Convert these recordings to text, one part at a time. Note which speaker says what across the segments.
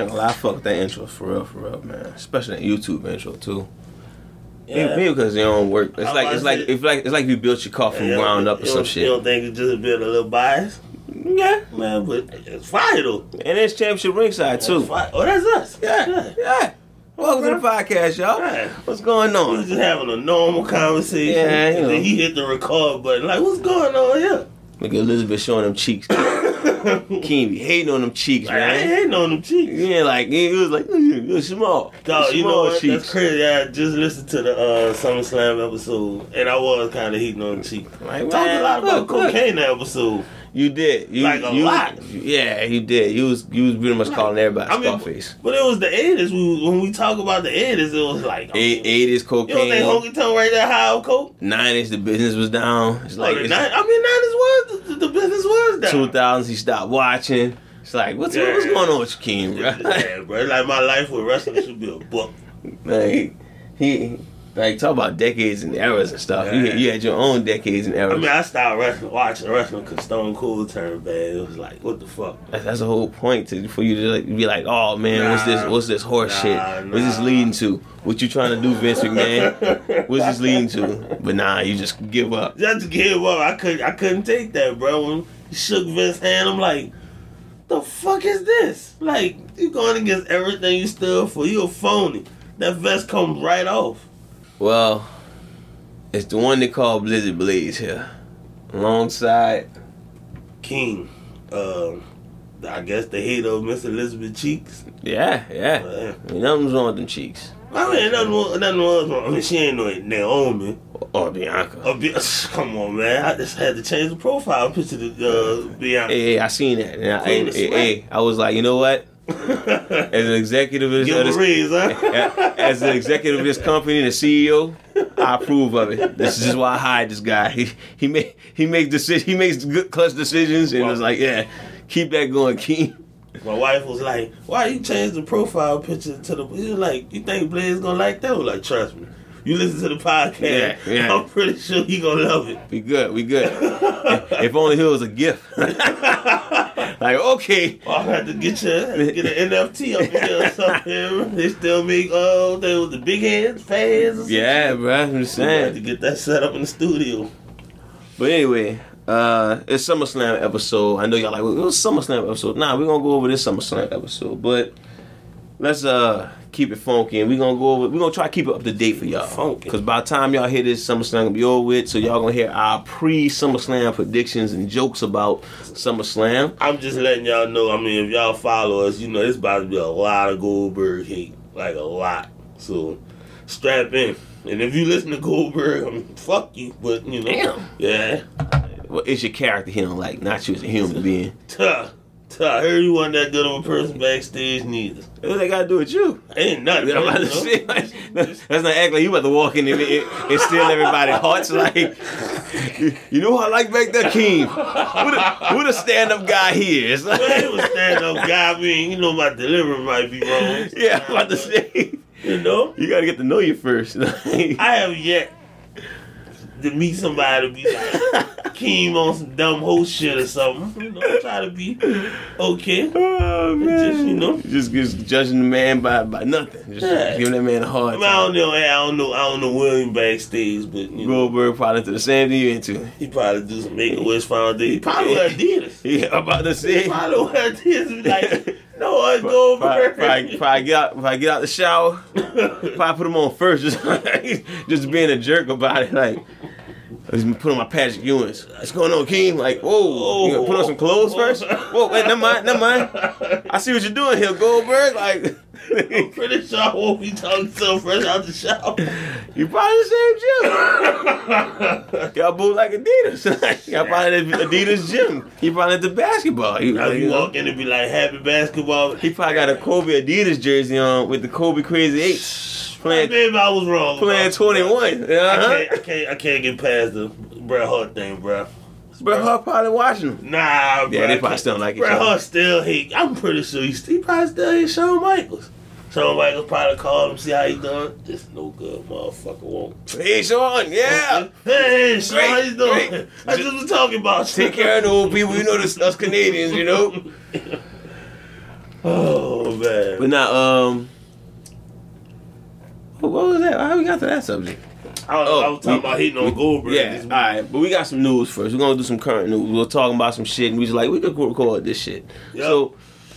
Speaker 1: Ain't gonna lie, I fuck with that intro for real, for real, man. Especially that YouTube intro too.
Speaker 2: Yeah.
Speaker 1: Maybe because they don't work. It's
Speaker 2: I
Speaker 1: like it's
Speaker 2: was
Speaker 1: like
Speaker 2: gonna say-
Speaker 1: it's like it's like you built your car from
Speaker 2: You don't-
Speaker 1: ground up or
Speaker 2: you
Speaker 1: some
Speaker 2: don't- You
Speaker 1: shit.
Speaker 2: don't think it's just a bit of a little bias?
Speaker 1: Yeah,
Speaker 2: Man, but it's fire though.
Speaker 1: and it's championship ringside
Speaker 2: It's
Speaker 1: too.
Speaker 2: fire. Oh, that's us.
Speaker 1: Yeah, yeah. Welcome to the podcast, y'all.
Speaker 2: Yeah.
Speaker 1: What's going
Speaker 2: We was
Speaker 1: on?
Speaker 2: just having a normal conversation.
Speaker 1: Yeah, you
Speaker 2: and
Speaker 1: know.
Speaker 2: then he hit the record button. Like, what's going on here?
Speaker 1: Look at Elizabeth showing them cheeks. Can't be hating on them cheeks,
Speaker 2: Like, I ain't
Speaker 1: man.
Speaker 2: hating on them cheeks.
Speaker 1: Yeah, like it was like "Mm, you're small,
Speaker 2: Dog,
Speaker 1: You're
Speaker 2: you know
Speaker 1: small
Speaker 2: what? That's
Speaker 1: cheeks.
Speaker 2: crazy. I just listened to the uh, SummerSlam episode, and I was kind of hating on the cheeks.
Speaker 1: Like,
Speaker 2: Talked
Speaker 1: man,
Speaker 2: a lot about
Speaker 1: look, look.
Speaker 2: cocaine that episode.
Speaker 1: You did. You,
Speaker 2: Like a
Speaker 1: you,
Speaker 2: lot.
Speaker 1: Yeah, you did. You was you was pretty much calling everybody
Speaker 2: I mean,
Speaker 1: Scarface.
Speaker 2: but it was the 80s. We, when we talk about the 80s, it was like,
Speaker 1: Eight, eight is
Speaker 2: you don't think
Speaker 1: cocaine.
Speaker 2: Honky Tonk right there high on coke?
Speaker 1: Nine is the business was down. It's
Speaker 2: Like,
Speaker 1: like it's
Speaker 2: Oh, nine, I mean, 90s was, the, the business was down.
Speaker 1: two thousands. He stopped watching. It's like what's
Speaker 2: Yeah.
Speaker 1: what's going on with Shaquem, bro?
Speaker 2: Yeah, bro. Like, my life with wrestling should be a book.
Speaker 1: like he like talk about decades and eras and stuff. You,
Speaker 2: Yeah.
Speaker 1: had, you had your own decades and
Speaker 2: I
Speaker 1: eras.
Speaker 2: mean, I started wrestling, watching wrestling because Stone Cold turned bad. It was like, what the fuck?
Speaker 1: that's, that's the whole point to, for you to like, be like, oh man, what's this?
Speaker 2: Nah.
Speaker 1: What's this horse
Speaker 2: Nah,
Speaker 1: shit? What's this
Speaker 2: nah.
Speaker 1: leading to? What you trying to do, Vince McMahon? what's this leading to? But nah, you just give up.
Speaker 2: Just give up. I couldn't. I couldn't take that, bro. When he shook Vince's hand, I'm like, the fuck is this? Like, you going against everything you stood for. You a phony. That vest comes right off.
Speaker 1: Well, it's the one they call Blizzard Blaze here. Alongside,
Speaker 2: King, uh, I guess the hate of Miss Elizabeth Cheeks.
Speaker 1: yeah, yeah.
Speaker 2: Uh,
Speaker 1: I mean, nothing's wrong with them cheeks.
Speaker 2: I mean, nothing was, nothing was wrong. I mean, she ain't no Naomi.
Speaker 1: Or Oh, Bianca.
Speaker 2: A Bi- come on, man. I just had to change the profile picture to uh, Beyonce.
Speaker 1: Hey, hey, I seen that. And I,
Speaker 2: Queen
Speaker 1: hey,
Speaker 2: of
Speaker 1: hey,
Speaker 2: Smack.
Speaker 1: hey, I was like, you know what? As an executive of this,
Speaker 2: Give
Speaker 1: of
Speaker 2: him
Speaker 1: this
Speaker 2: a raise, huh?
Speaker 1: as an executive of this company and a CEO, I approve of it. This is why I hired this guy. He he make he makes decisions. He makes good clutch decisions, and it's like, yeah, keep that going, King.
Speaker 2: My wife was like, "Why you change the profile picture to the?" He was like, "You think Blaze gonna like that?" I was like, "Trust me, you listen to the podcast.
Speaker 1: Yeah, yeah.
Speaker 2: I'm pretty sure he gonna love it."
Speaker 1: We good. We good. if only he was a gift. like okay,
Speaker 2: Well, I had to get you get an NFT up here or something. They still make oh, they was the big hands, fans. Or something.
Speaker 1: yeah, bro. I'm just
Speaker 2: We had to
Speaker 1: saying.
Speaker 2: get that set up in the studio.
Speaker 1: But anyway, uh, it's SummerSlam episode. I know y'all like, well, it was SummerSlam episode. Nah, we're gonna go over this SummerSlam episode, but let's uh keep it funky and we're gonna go over. We're gonna try to keep it up to date for y'all.
Speaker 2: Funky.
Speaker 1: Cause by the time y'all hear this, SummerSlam gonna be over with. So y'all gonna hear our pre-SummerSlam predictions and jokes about SummerSlam.
Speaker 2: I'm just letting y'all know. I mean, if y'all follow us, you know it's about to be a lot of Goldberg hate, like a lot. So strap in. And if you listen to Goldberg, I mean, fuck you. But you know,
Speaker 1: Damn.
Speaker 2: yeah,
Speaker 1: Well, it's your character he don't like, not you as a human being.
Speaker 2: tough. Tuh, I heard you wasn't that good of a person backstage neither.
Speaker 1: What they gotta do with you?
Speaker 2: Ain't nothing.
Speaker 1: I'm about to
Speaker 2: you know?
Speaker 1: say, like, that's not act like you about to walk in and, and, and steal everybody's hearts. Like, you know who I like back there, Keem? Who the, who the stand-up guy here is?
Speaker 2: But he was stand up guy. I mean, you know my delivery might be wrong.
Speaker 1: yeah, I'm about to say,
Speaker 2: You know,
Speaker 1: you gotta get to know you first. Like,
Speaker 2: I have yet to meet somebody to be like Keem on some dumb hoe shit or something. You know, I try to be okay.
Speaker 1: oh man,
Speaker 2: Just, you know.
Speaker 1: just, just judging the man by by nothing. Just
Speaker 2: Yeah.
Speaker 1: giving that man a hard
Speaker 2: I,
Speaker 1: time.
Speaker 2: mean, I don't know. I don't know. I don't know William backstage, but you know,
Speaker 1: Goldberg probably to the same thing you into.
Speaker 2: he probably do some Make a Wish Foundation. He probably
Speaker 1: Yeah.
Speaker 2: would have did it.
Speaker 1: Yeah, I'm about to
Speaker 2: He
Speaker 1: say.
Speaker 2: probably would have did it. Like, no, I go
Speaker 1: Probably, probably,
Speaker 2: over.
Speaker 1: probably get out, probably get out the shower. probably put them on first, just just being a jerk about it. Like, let's put on my Patrick Ewing's. What's going on, King? Like, whoa,
Speaker 2: Oh.
Speaker 1: you gonna put on some clothes first? Whoa, wait, never mind, never mind. I see what you're doing here, Goldberg. Like,
Speaker 2: I'm pretty sure I won't be talking to him fresh out the shower.
Speaker 1: you probably the same gym. Y'all both like Adidas. Y'all probably at Adidas gym. You probably at the basketball. You,
Speaker 2: Now
Speaker 1: you
Speaker 2: you
Speaker 1: know.
Speaker 2: walk in and be like, "Happy basketball."
Speaker 1: He probably got a Kobe Adidas jersey on with the Kobe Crazy Eight playing
Speaker 2: Maybe I was wrong.
Speaker 1: playing
Speaker 2: about-
Speaker 1: 21.
Speaker 2: I
Speaker 1: Uh-huh.
Speaker 2: can't, I can't, I can't get past the Bret Hart thing, bro.
Speaker 1: Bret Hart probably watching him.
Speaker 2: Nah, bro.
Speaker 1: Yeah, they probably still don't like each
Speaker 2: Bret
Speaker 1: other.
Speaker 2: Hart still hate. I'm pretty sure he, he probably still hate Shawn Michaels. Shawn Michaels probably called him, see how he doing. This no good motherfucker won't.
Speaker 1: Hey, Sean, yeah.
Speaker 2: Hey, Shawn, how you
Speaker 1: Great,
Speaker 2: doing?
Speaker 1: great.
Speaker 2: I just was talking about you.
Speaker 1: Take care of the old people. You know, this, us Canadians, you know.
Speaker 2: Oh man.
Speaker 1: But now, um, what what was that? How we got to that subject?
Speaker 2: I, was, I was talking
Speaker 1: we-
Speaker 2: about hitting
Speaker 1: we-
Speaker 2: on Goldberg.
Speaker 1: Yeah,
Speaker 2: this
Speaker 1: all
Speaker 2: week.
Speaker 1: right. But we got some news first. We're gonna do some current news. We're talking about some shit, and we was like, we could record this shit.
Speaker 2: Yep.
Speaker 1: So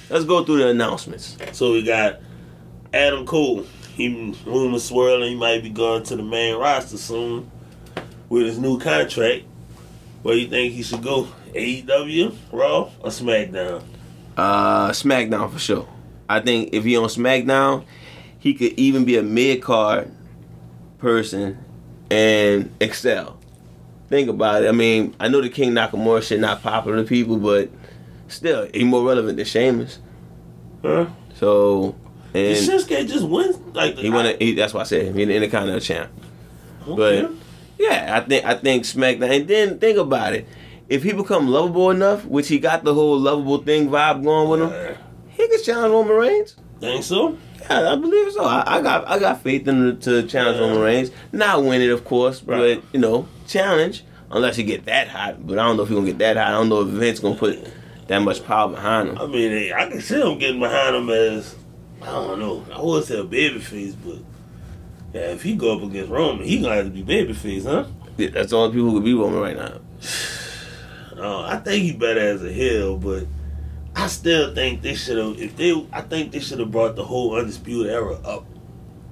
Speaker 1: let's go through the announcements.
Speaker 2: So we got Adam Cole. He rumors swirling he might be going to the main roster soon with his new contract. Where you think he should go? AEW, Raw, or SmackDown?
Speaker 1: Uh, SmackDown for sure. I think if he on SmackDown, he could even be a mid card person and excel. Think about it. I mean, I know the King Nakamura shit not popular to people, but still, he more relevant than Sheamus.
Speaker 2: Huh?
Speaker 1: So,
Speaker 2: Did
Speaker 1: and
Speaker 2: Shinsuke just win? Like
Speaker 1: he want to. That's why I said he the Intercontinental champ.
Speaker 2: Okay.
Speaker 1: But yeah, I think I think SmackDown. And then think about it. If he become lovable enough, which he got the whole lovable thing vibe going with him,
Speaker 2: Uh,
Speaker 1: he could challenge Roman Reigns.
Speaker 2: think so?
Speaker 1: Yeah, I believe so. I, I got I got faith in him to challenge
Speaker 2: Yeah.
Speaker 1: Roman Reigns. Not win it, of course,
Speaker 2: Right.
Speaker 1: but you know, challenge. Unless he get that hot, but I don't know if he gonna get that hot. I don't know if Vince gonna put that much power behind him.
Speaker 2: I mean, hey, I can see him getting behind him as I don't know. I would say a babyface, but yeah, if he go up against Roman, he gonna have to be babyface, huh?
Speaker 1: Yeah, That's the only people who could be Roman right now.
Speaker 2: Uh, I think he better as a heel, but I still think they should have. If they, I think they should have brought the whole undisputed era up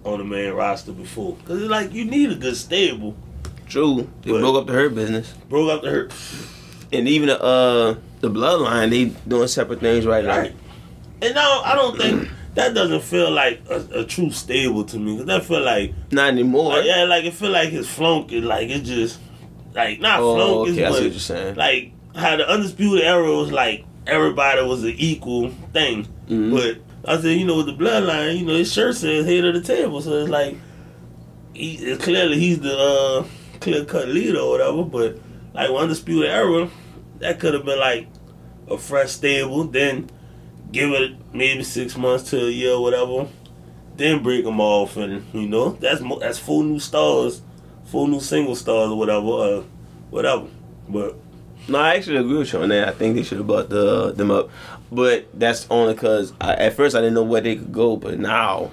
Speaker 2: on the main roster before, because it's like you need a good stable.
Speaker 1: True, they
Speaker 2: But-
Speaker 1: broke up the hurt business,
Speaker 2: Broke up the hurt,
Speaker 1: and even the uh the bloodline they doing separate things right now.
Speaker 2: right? And now I don't think that doesn't feel like a, a true stable to me, because that feel like,
Speaker 1: Not anymore.
Speaker 2: like, yeah, like it feel like it's flunking, like it just, like not
Speaker 1: oh,
Speaker 2: flunking,
Speaker 1: okay, I see what
Speaker 2: but
Speaker 1: you're saying.
Speaker 2: like how the undisputed era was like everybody was an equal thing.
Speaker 1: Mhm.
Speaker 2: But I said, you know, with the bloodline, you know, his shirt says head of the table, so it's like he it's clearly he's the uh, clear cut leader or whatever. But like with undisputed era, that could have been like a fresh stable. Then give it maybe six months to a year, or whatever. Then break them off, and you know that's mo- that's four new stars, four new single stars or whatever, uh, whatever. But
Speaker 1: No, I actually agree with you on that. I think they should have brought the, them up, but that's only because at first I didn't know where they could go, but now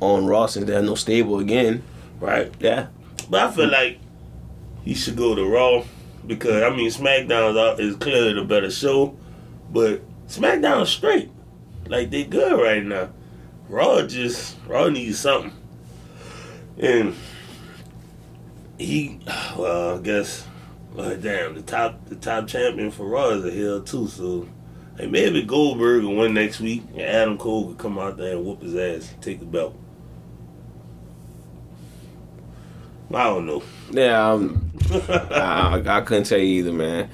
Speaker 1: on Raw since they have no stable again,
Speaker 2: Right.
Speaker 1: yeah,
Speaker 2: But I feel like he should go to Raw because I mean SmackDown is out- is clearly the better show, but SmackDown's straight. Like they good right now. Raw just Raw needs something, and he well I guess well damn the top the top champion for Raw is a heel too so. Like maybe Goldberg will win next week, and Adam Cole could come out there and whoop his ass, and take the belt. I don't know.
Speaker 1: yeah, um, I, I couldn't tell you either, man.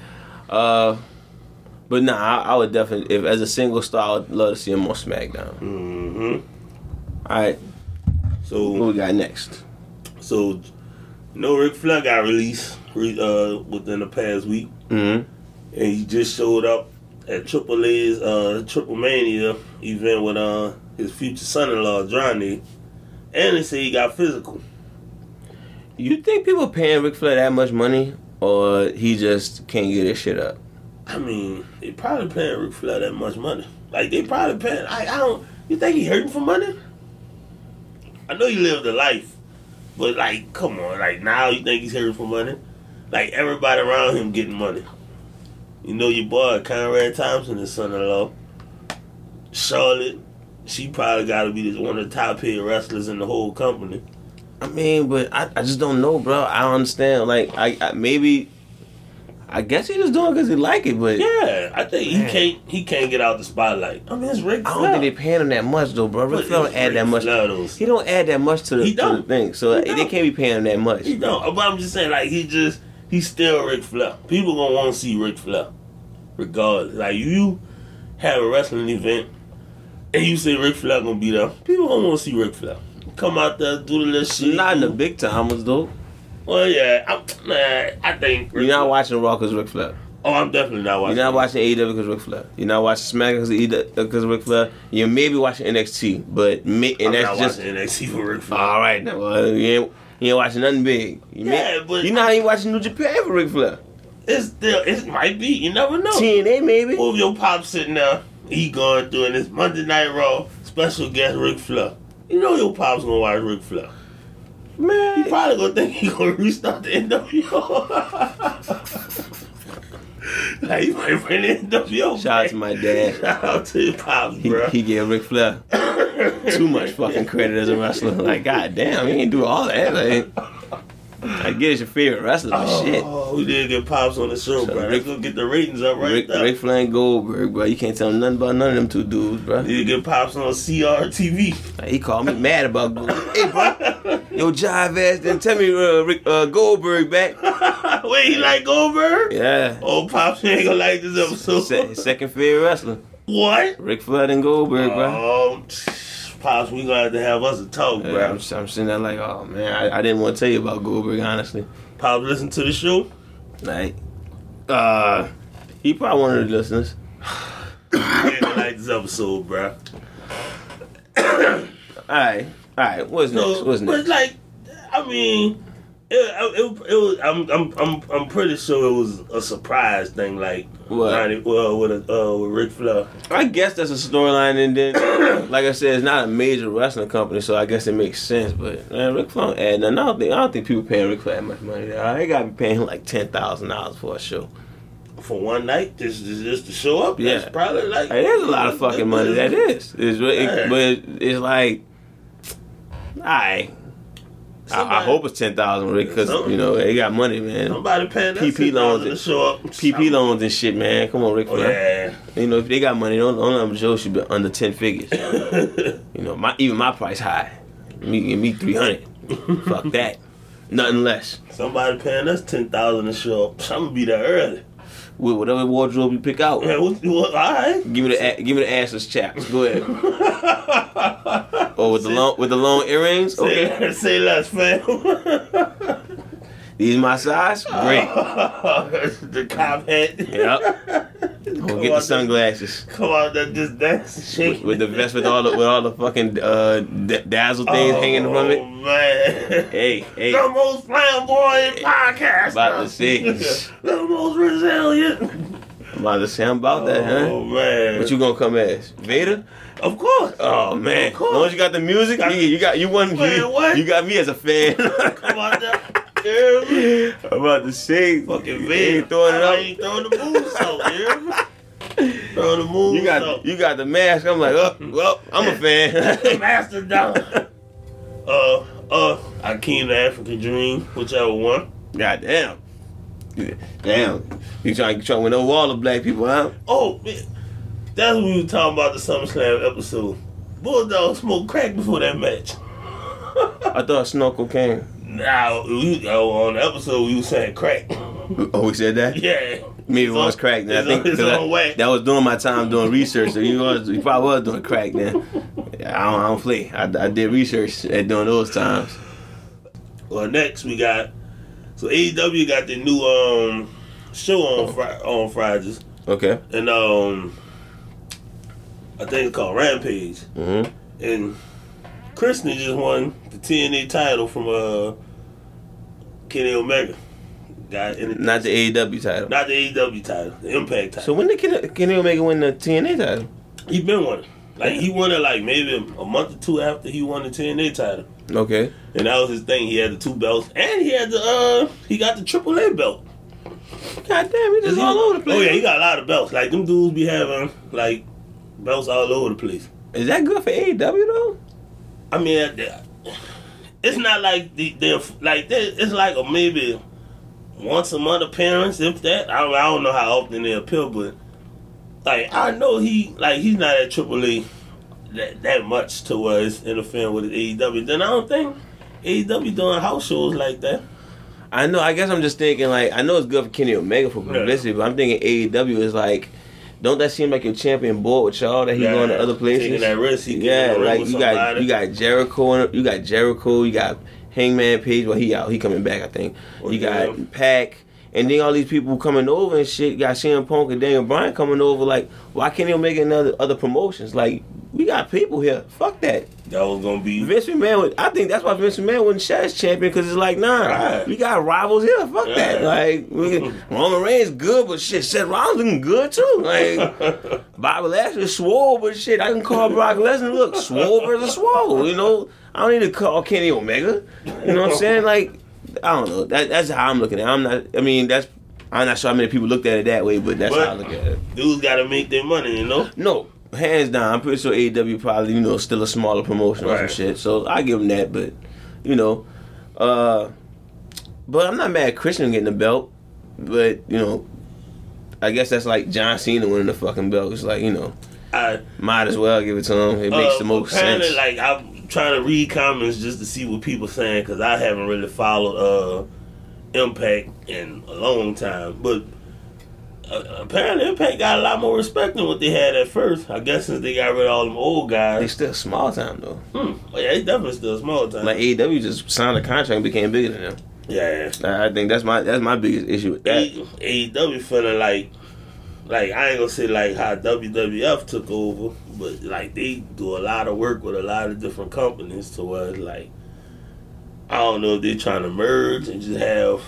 Speaker 1: Uh, but nah, I, I would definitely if as a single star, I'd love to see him on SmackDown.
Speaker 2: hmm
Speaker 1: All right, who
Speaker 2: So,
Speaker 1: we got next?
Speaker 2: so, no Ric Flair got released re- uh, within the past week,
Speaker 1: Mm-hmm.
Speaker 2: and he just showed up at Triple A's uh, Triple Mania event with uh, his future son-in-law Johnny, and they say he got physical.
Speaker 1: You think people paying Ric Flair that much money, or he just can't get his shit up?
Speaker 2: I mean, they probably paying Ric Flair that much money. Like they probably paying. I, I don't. You think he hurting for money? I know he lived a life, but like, come on. Like now, you think he's hurting for money? Like everybody around him getting money. You know your boy Conrad Thompson, his son-in-law, Charlotte. She probably got to be one of the top paid wrestlers in the whole company.
Speaker 1: I mean, but I, I just don't know, bro. I don't understand. Like, I, I maybe, I guess he just doing because he like it, but
Speaker 2: Yeah, I think he
Speaker 1: Man.
Speaker 2: can't. He can't get out the spotlight. I mean, it's Ric
Speaker 1: I
Speaker 2: Flair.
Speaker 1: don't think they paying him that much though, bro. Ric
Speaker 2: But
Speaker 1: Flair
Speaker 2: it's
Speaker 1: don't add that
Speaker 2: Ric
Speaker 1: much.
Speaker 2: Flair, though.
Speaker 1: He don't add that much to the,
Speaker 2: He
Speaker 1: to the
Speaker 2: don't.
Speaker 1: thing, so
Speaker 2: He
Speaker 1: they
Speaker 2: don't.
Speaker 1: can't be paying him that much.
Speaker 2: He don't. But I'm just saying, like he just he's still Ric Flair. People gonna want to see Ric Flair, regardless. Like you have a wrestling event and you say Ric Flair gonna be there, people gonna want to see Ric Flair. Come out there, do the little shit.
Speaker 1: Not in the big timers though.
Speaker 2: Well, yeah, I'm, man, I think.
Speaker 1: You're not watching Raw because Ric Flair.
Speaker 2: Oh, I'm definitely not
Speaker 1: You're
Speaker 2: watching.
Speaker 1: not watching AEW because Ric Flair. You're not watching SmackDown E because uh, Ric Flair. You may be watching NXT, but me, and
Speaker 2: I'm
Speaker 1: that's
Speaker 2: not
Speaker 1: just
Speaker 2: watching NXT for Ric Flair.
Speaker 1: all right. Now, well, you ain't you ain't watching nothing big. You may-
Speaker 2: Yeah, but-
Speaker 1: you're not even watching New Japan for Ric Flair.
Speaker 2: it's still. It might be. You never know.
Speaker 1: TNA maybe.
Speaker 2: Move your pop sitting there. he going through in this Monday Night Raw special guest Ric Flair. You know your pops gonna watch Ric Flair.
Speaker 1: Man,
Speaker 2: He probably gonna think he gonna restart the NWO. like you might bring the NWO.
Speaker 1: Shout out
Speaker 2: back.
Speaker 1: to my dad.
Speaker 2: Shout out to your pops,
Speaker 1: he,
Speaker 2: bro.
Speaker 1: he gave Ric Flair too much fucking credit as a wrestler. Like, goddamn, he didn't do all that. Like, I get it's your favorite wrestler, but
Speaker 2: Oh,
Speaker 1: shit.
Speaker 2: we did get pops on the show,
Speaker 1: So
Speaker 2: bro.
Speaker 1: Ric-
Speaker 2: Rick, gonna get the ratings up right
Speaker 1: Rick,
Speaker 2: there.
Speaker 1: Ric Flair and Goldberg, bro. You can't tell nothing about none of them two dudes, bro.
Speaker 2: Need to get pops on CRTV.
Speaker 1: Like, he called me mad about Goldberg. Hey, bro, yo, jive ass, then tell me uh, Rick, uh, Goldberg back.
Speaker 2: Wait, he like Goldberg?
Speaker 1: Yeah.
Speaker 2: Oh, pops, you ain't gonna like this episode.
Speaker 1: Se- his second favorite wrestler,
Speaker 2: what?
Speaker 1: Rick Flair and Goldberg, bro.
Speaker 2: Um, pops, we gonna have to have us a talk,
Speaker 1: Yeah,
Speaker 2: bro.
Speaker 1: I'm, I'm sitting there like, oh man, I, I didn't want to tell you about Goldberg, honestly.
Speaker 2: Pops, listen to the show.
Speaker 1: Like, uh, he probably one of the listeners.
Speaker 2: You ain't gonna like this episode, bro.
Speaker 1: All right, all right. What's next?
Speaker 2: So,
Speaker 1: What's
Speaker 2: but
Speaker 1: next?
Speaker 2: like, I mean, it, it, it was. I'm, I'm, I'm, I'm pretty sure it was a surprise thing. Like,
Speaker 1: What?
Speaker 2: Ronnie, well, with a, uh, with Ric Flair.
Speaker 1: I guess that's a storyline, and then, like I said, it's not a major wrestling company, so I guess it makes sense. But man, Ric Flair, and I don't think I don't think people paying Ric Flair that much money. They got to be paying him like ten thousand dollars for a show.
Speaker 2: for one night just just, just to show up.
Speaker 1: Yeah.
Speaker 2: That's probably like
Speaker 1: It is a lot of fucking money. That is. It's, re- it,
Speaker 2: Yeah.
Speaker 1: but it's like, I. I, I
Speaker 2: Somebody-
Speaker 1: hope it's ten thousand because you know they got money, man.
Speaker 2: Somebody paying that
Speaker 1: PP loans
Speaker 2: $6,000 to
Speaker 1: and-
Speaker 2: show up.
Speaker 1: PP loans and shit, man. Come on, Ric
Speaker 2: Oh
Speaker 1: Flair.
Speaker 2: yeah.
Speaker 1: You know if they got money, don't don't let them show should be under ten figures. You know my even my price high. Me give me three hundred. Fuck that. Nothing less.
Speaker 2: Somebody paying us ten thousand to show up. I'm gonna be there early.
Speaker 1: With whatever wardrobe you pick out,
Speaker 2: Yeah, what, what, all right.
Speaker 1: give me the a- give me the assless chaps. Go ahead. Or with the long with the long earrings. Okay.
Speaker 2: Say, say less, fam.
Speaker 1: These my size? Great.
Speaker 2: the cop hat.
Speaker 1: Yep. Go get the sunglasses.
Speaker 2: Come on, that just dance shake.
Speaker 1: With, with the vest with all the with all the fucking uh, d- dazzle things hanging from
Speaker 2: Oh
Speaker 1: it.
Speaker 2: man.
Speaker 1: Hey, hey.
Speaker 2: The most flamboyant podcast.
Speaker 1: About to see.
Speaker 2: the most resilient.
Speaker 1: I'm about to say I'm about that,
Speaker 2: Oh
Speaker 1: huh?
Speaker 2: man.
Speaker 1: What you gonna come as? Vader?
Speaker 2: Of course.
Speaker 1: Oh man.
Speaker 2: Of
Speaker 1: As
Speaker 2: course.
Speaker 1: long as you got the music, you, you got you won
Speaker 2: Man,
Speaker 1: you,
Speaker 2: what?
Speaker 1: you got me as a fan.
Speaker 2: Come on down. You hear me?
Speaker 1: I'm about to say
Speaker 2: Fucking
Speaker 1: you ain't
Speaker 2: Vin.
Speaker 1: throwing it
Speaker 2: I
Speaker 1: up.
Speaker 2: ain't throwing the moves out, you hear me? Throwing the moves
Speaker 1: You got you got the mask. I'm like, oh well, I'm a
Speaker 2: the
Speaker 1: fan.
Speaker 2: master down. Uh, uh, Akeem the African Dream, whichever one.
Speaker 1: God damn. Damn. You trying you trying to win no wall of black people, huh?
Speaker 2: Oh, man. That's what we were talking about the SummerSlam episode. Bulldog smoked crack before that match.
Speaker 1: I thought snorkel came.
Speaker 2: Now, we, oh, on the episode, we was saying crack.
Speaker 1: Oh, we said that?
Speaker 2: Yeah.
Speaker 1: Maybe it
Speaker 2: It's
Speaker 1: was
Speaker 2: on-
Speaker 1: crack then. I
Speaker 2: it's
Speaker 1: think
Speaker 2: on- it's
Speaker 1: 'cause I-
Speaker 2: on whack.
Speaker 1: that was during my time doing research, so you was you probably was doing crack then. I don't, I don't play. I, I did research at during those times.
Speaker 2: Well, next we got so AEW got the new um show on Fri on Fridays,
Speaker 1: Okay.
Speaker 2: and um I think it's called Rampage,
Speaker 1: hmm
Speaker 2: and Christian just won the TNA title from uh Kenny Omega, got in the, not,
Speaker 1: Not the AEW title.
Speaker 2: the AEW title, the Impact title.
Speaker 1: so when did Kenny, Kenny Omega win the TNA title?
Speaker 2: he been winning, like he won it like maybe a month or two after he won the TNA title,
Speaker 1: Okay.
Speaker 2: and that was his thing. He had the two belts, and he had the uh he got the AAA belt.
Speaker 1: God damn, he just all over the place.
Speaker 2: Oh yeah, he got a lot of belts. Like them dudes be having like belts all over the place.
Speaker 1: Is that good for AEW though?
Speaker 2: I mean, I- I- it's not like the they're like they, it's like a maybe once a month appearance, if that. I, don't- I don't know how often they appear, but like I know he like he's not at AAA that that much to where it's interfering with his AEW. Then I don't think AEW doing house shows like that.
Speaker 1: I know. I guess I'm just thinking like I know it's good for Kenny Omega for publicity, but I'm thinking AEW is like, don't that seem like your champion bored with y'all that he going to other
Speaker 2: Taking
Speaker 1: places?
Speaker 2: that risk, he
Speaker 1: Yeah, like you got you
Speaker 2: got.
Speaker 1: got Jericho, in- you got Jericho, you got Hangman Page. Well, he out, he coming back, I think.
Speaker 2: Well,
Speaker 1: you
Speaker 2: Oh, yeah.
Speaker 1: got Pac, and then all these people coming over and shit. You got CM Punk and Daniel Bryan coming over. Like, why can't you make another other promotions? Like, we got people here. Fuck that.
Speaker 2: That was gonna be
Speaker 1: Vince McMahon, would, I think that's why Vince McMahon wasn't chess champion because it's like, nah,
Speaker 2: Right.
Speaker 1: we got rivals here. Fuck that.
Speaker 2: Yeah.
Speaker 1: Like, we can, Roman Reigns good, but shit, Seth Rollins looking good too. Like, Bobby Lashley swole, but shit, I can call Brock Lesnar. Look, swole versus swole. You know, I don't need to call Kenny Omega. You know what I'm saying? Like, I don't know. That, that's how I'm looking at. it. I'm not. I mean, that's. I'm not sure how many people looked at it that way, but that's
Speaker 2: But-
Speaker 1: how I look at it.
Speaker 2: dudes gotta make their money, you know?
Speaker 1: No, hands down. I'm pretty sure AEW probably you know still a smaller promotion or some
Speaker 2: Right.
Speaker 1: shit. So I give them that, but you know, uh, but I'm not mad at Christian getting the belt. But you know, I guess that's like John Cena winning the fucking belt. It's like you know,
Speaker 2: I
Speaker 1: might as well give it to him. It makes
Speaker 2: uh,
Speaker 1: the most
Speaker 2: kinda
Speaker 1: sense.
Speaker 2: Like I'm trying to read comments just to see what people saying because I haven't really followed uh, Impact in a long time. But uh, apparently, Impact got a lot more respect than what they had at first. I guess since they got rid of all them old
Speaker 1: they
Speaker 2: guys.
Speaker 1: still small time though.
Speaker 2: Hmm. Oh, yeah, it's definitely still small time.
Speaker 1: Like AEW just signed a contract and became bigger than them.
Speaker 2: yeah,
Speaker 1: I I think that's my that's my biggest issue with that.
Speaker 2: E, A- AEW feeling like, like I ain't gonna say like how WWF took over, but like they do a lot of work with a lot of different companies to where it's like, I don't know if they're trying to merge and just have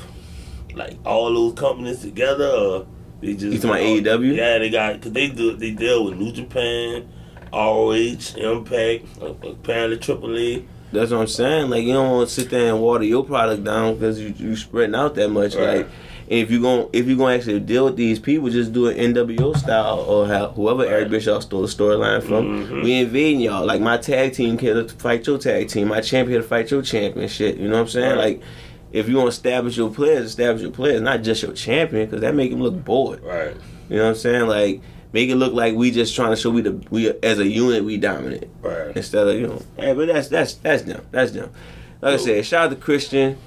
Speaker 2: like all those companies together, or they just
Speaker 1: You talking about E AEW?
Speaker 2: Yeah, they got because they do they deal with New Japan, ROH, Impact, apparently Triple E. A.
Speaker 1: That's what I'm saying. Like you don't want to sit there and water your product down because you you spreading out that much.
Speaker 2: Right.
Speaker 1: Like and if you going if you gonna actually deal with these people, just do an NWO style or how, whoever Eric
Speaker 2: Right.
Speaker 1: Bischoff stole the storyline from.
Speaker 2: Mhm.
Speaker 1: We invading y'all. Like my tag team here to fight your tag team. My champion to fight your champion. Shit, you know what I'm saying?
Speaker 2: Right.
Speaker 1: Like if you want to establish your players, establish your players, not just your champion, because that make him look bored.
Speaker 2: Right.
Speaker 1: You know what I'm saying? Like make it look like we just trying to show we the we as a unit we dominant
Speaker 2: Right.
Speaker 1: instead of you know. Hey, but that's that's that's them. That's them. Like I
Speaker 2: Cool.
Speaker 1: said, shout out to Christian.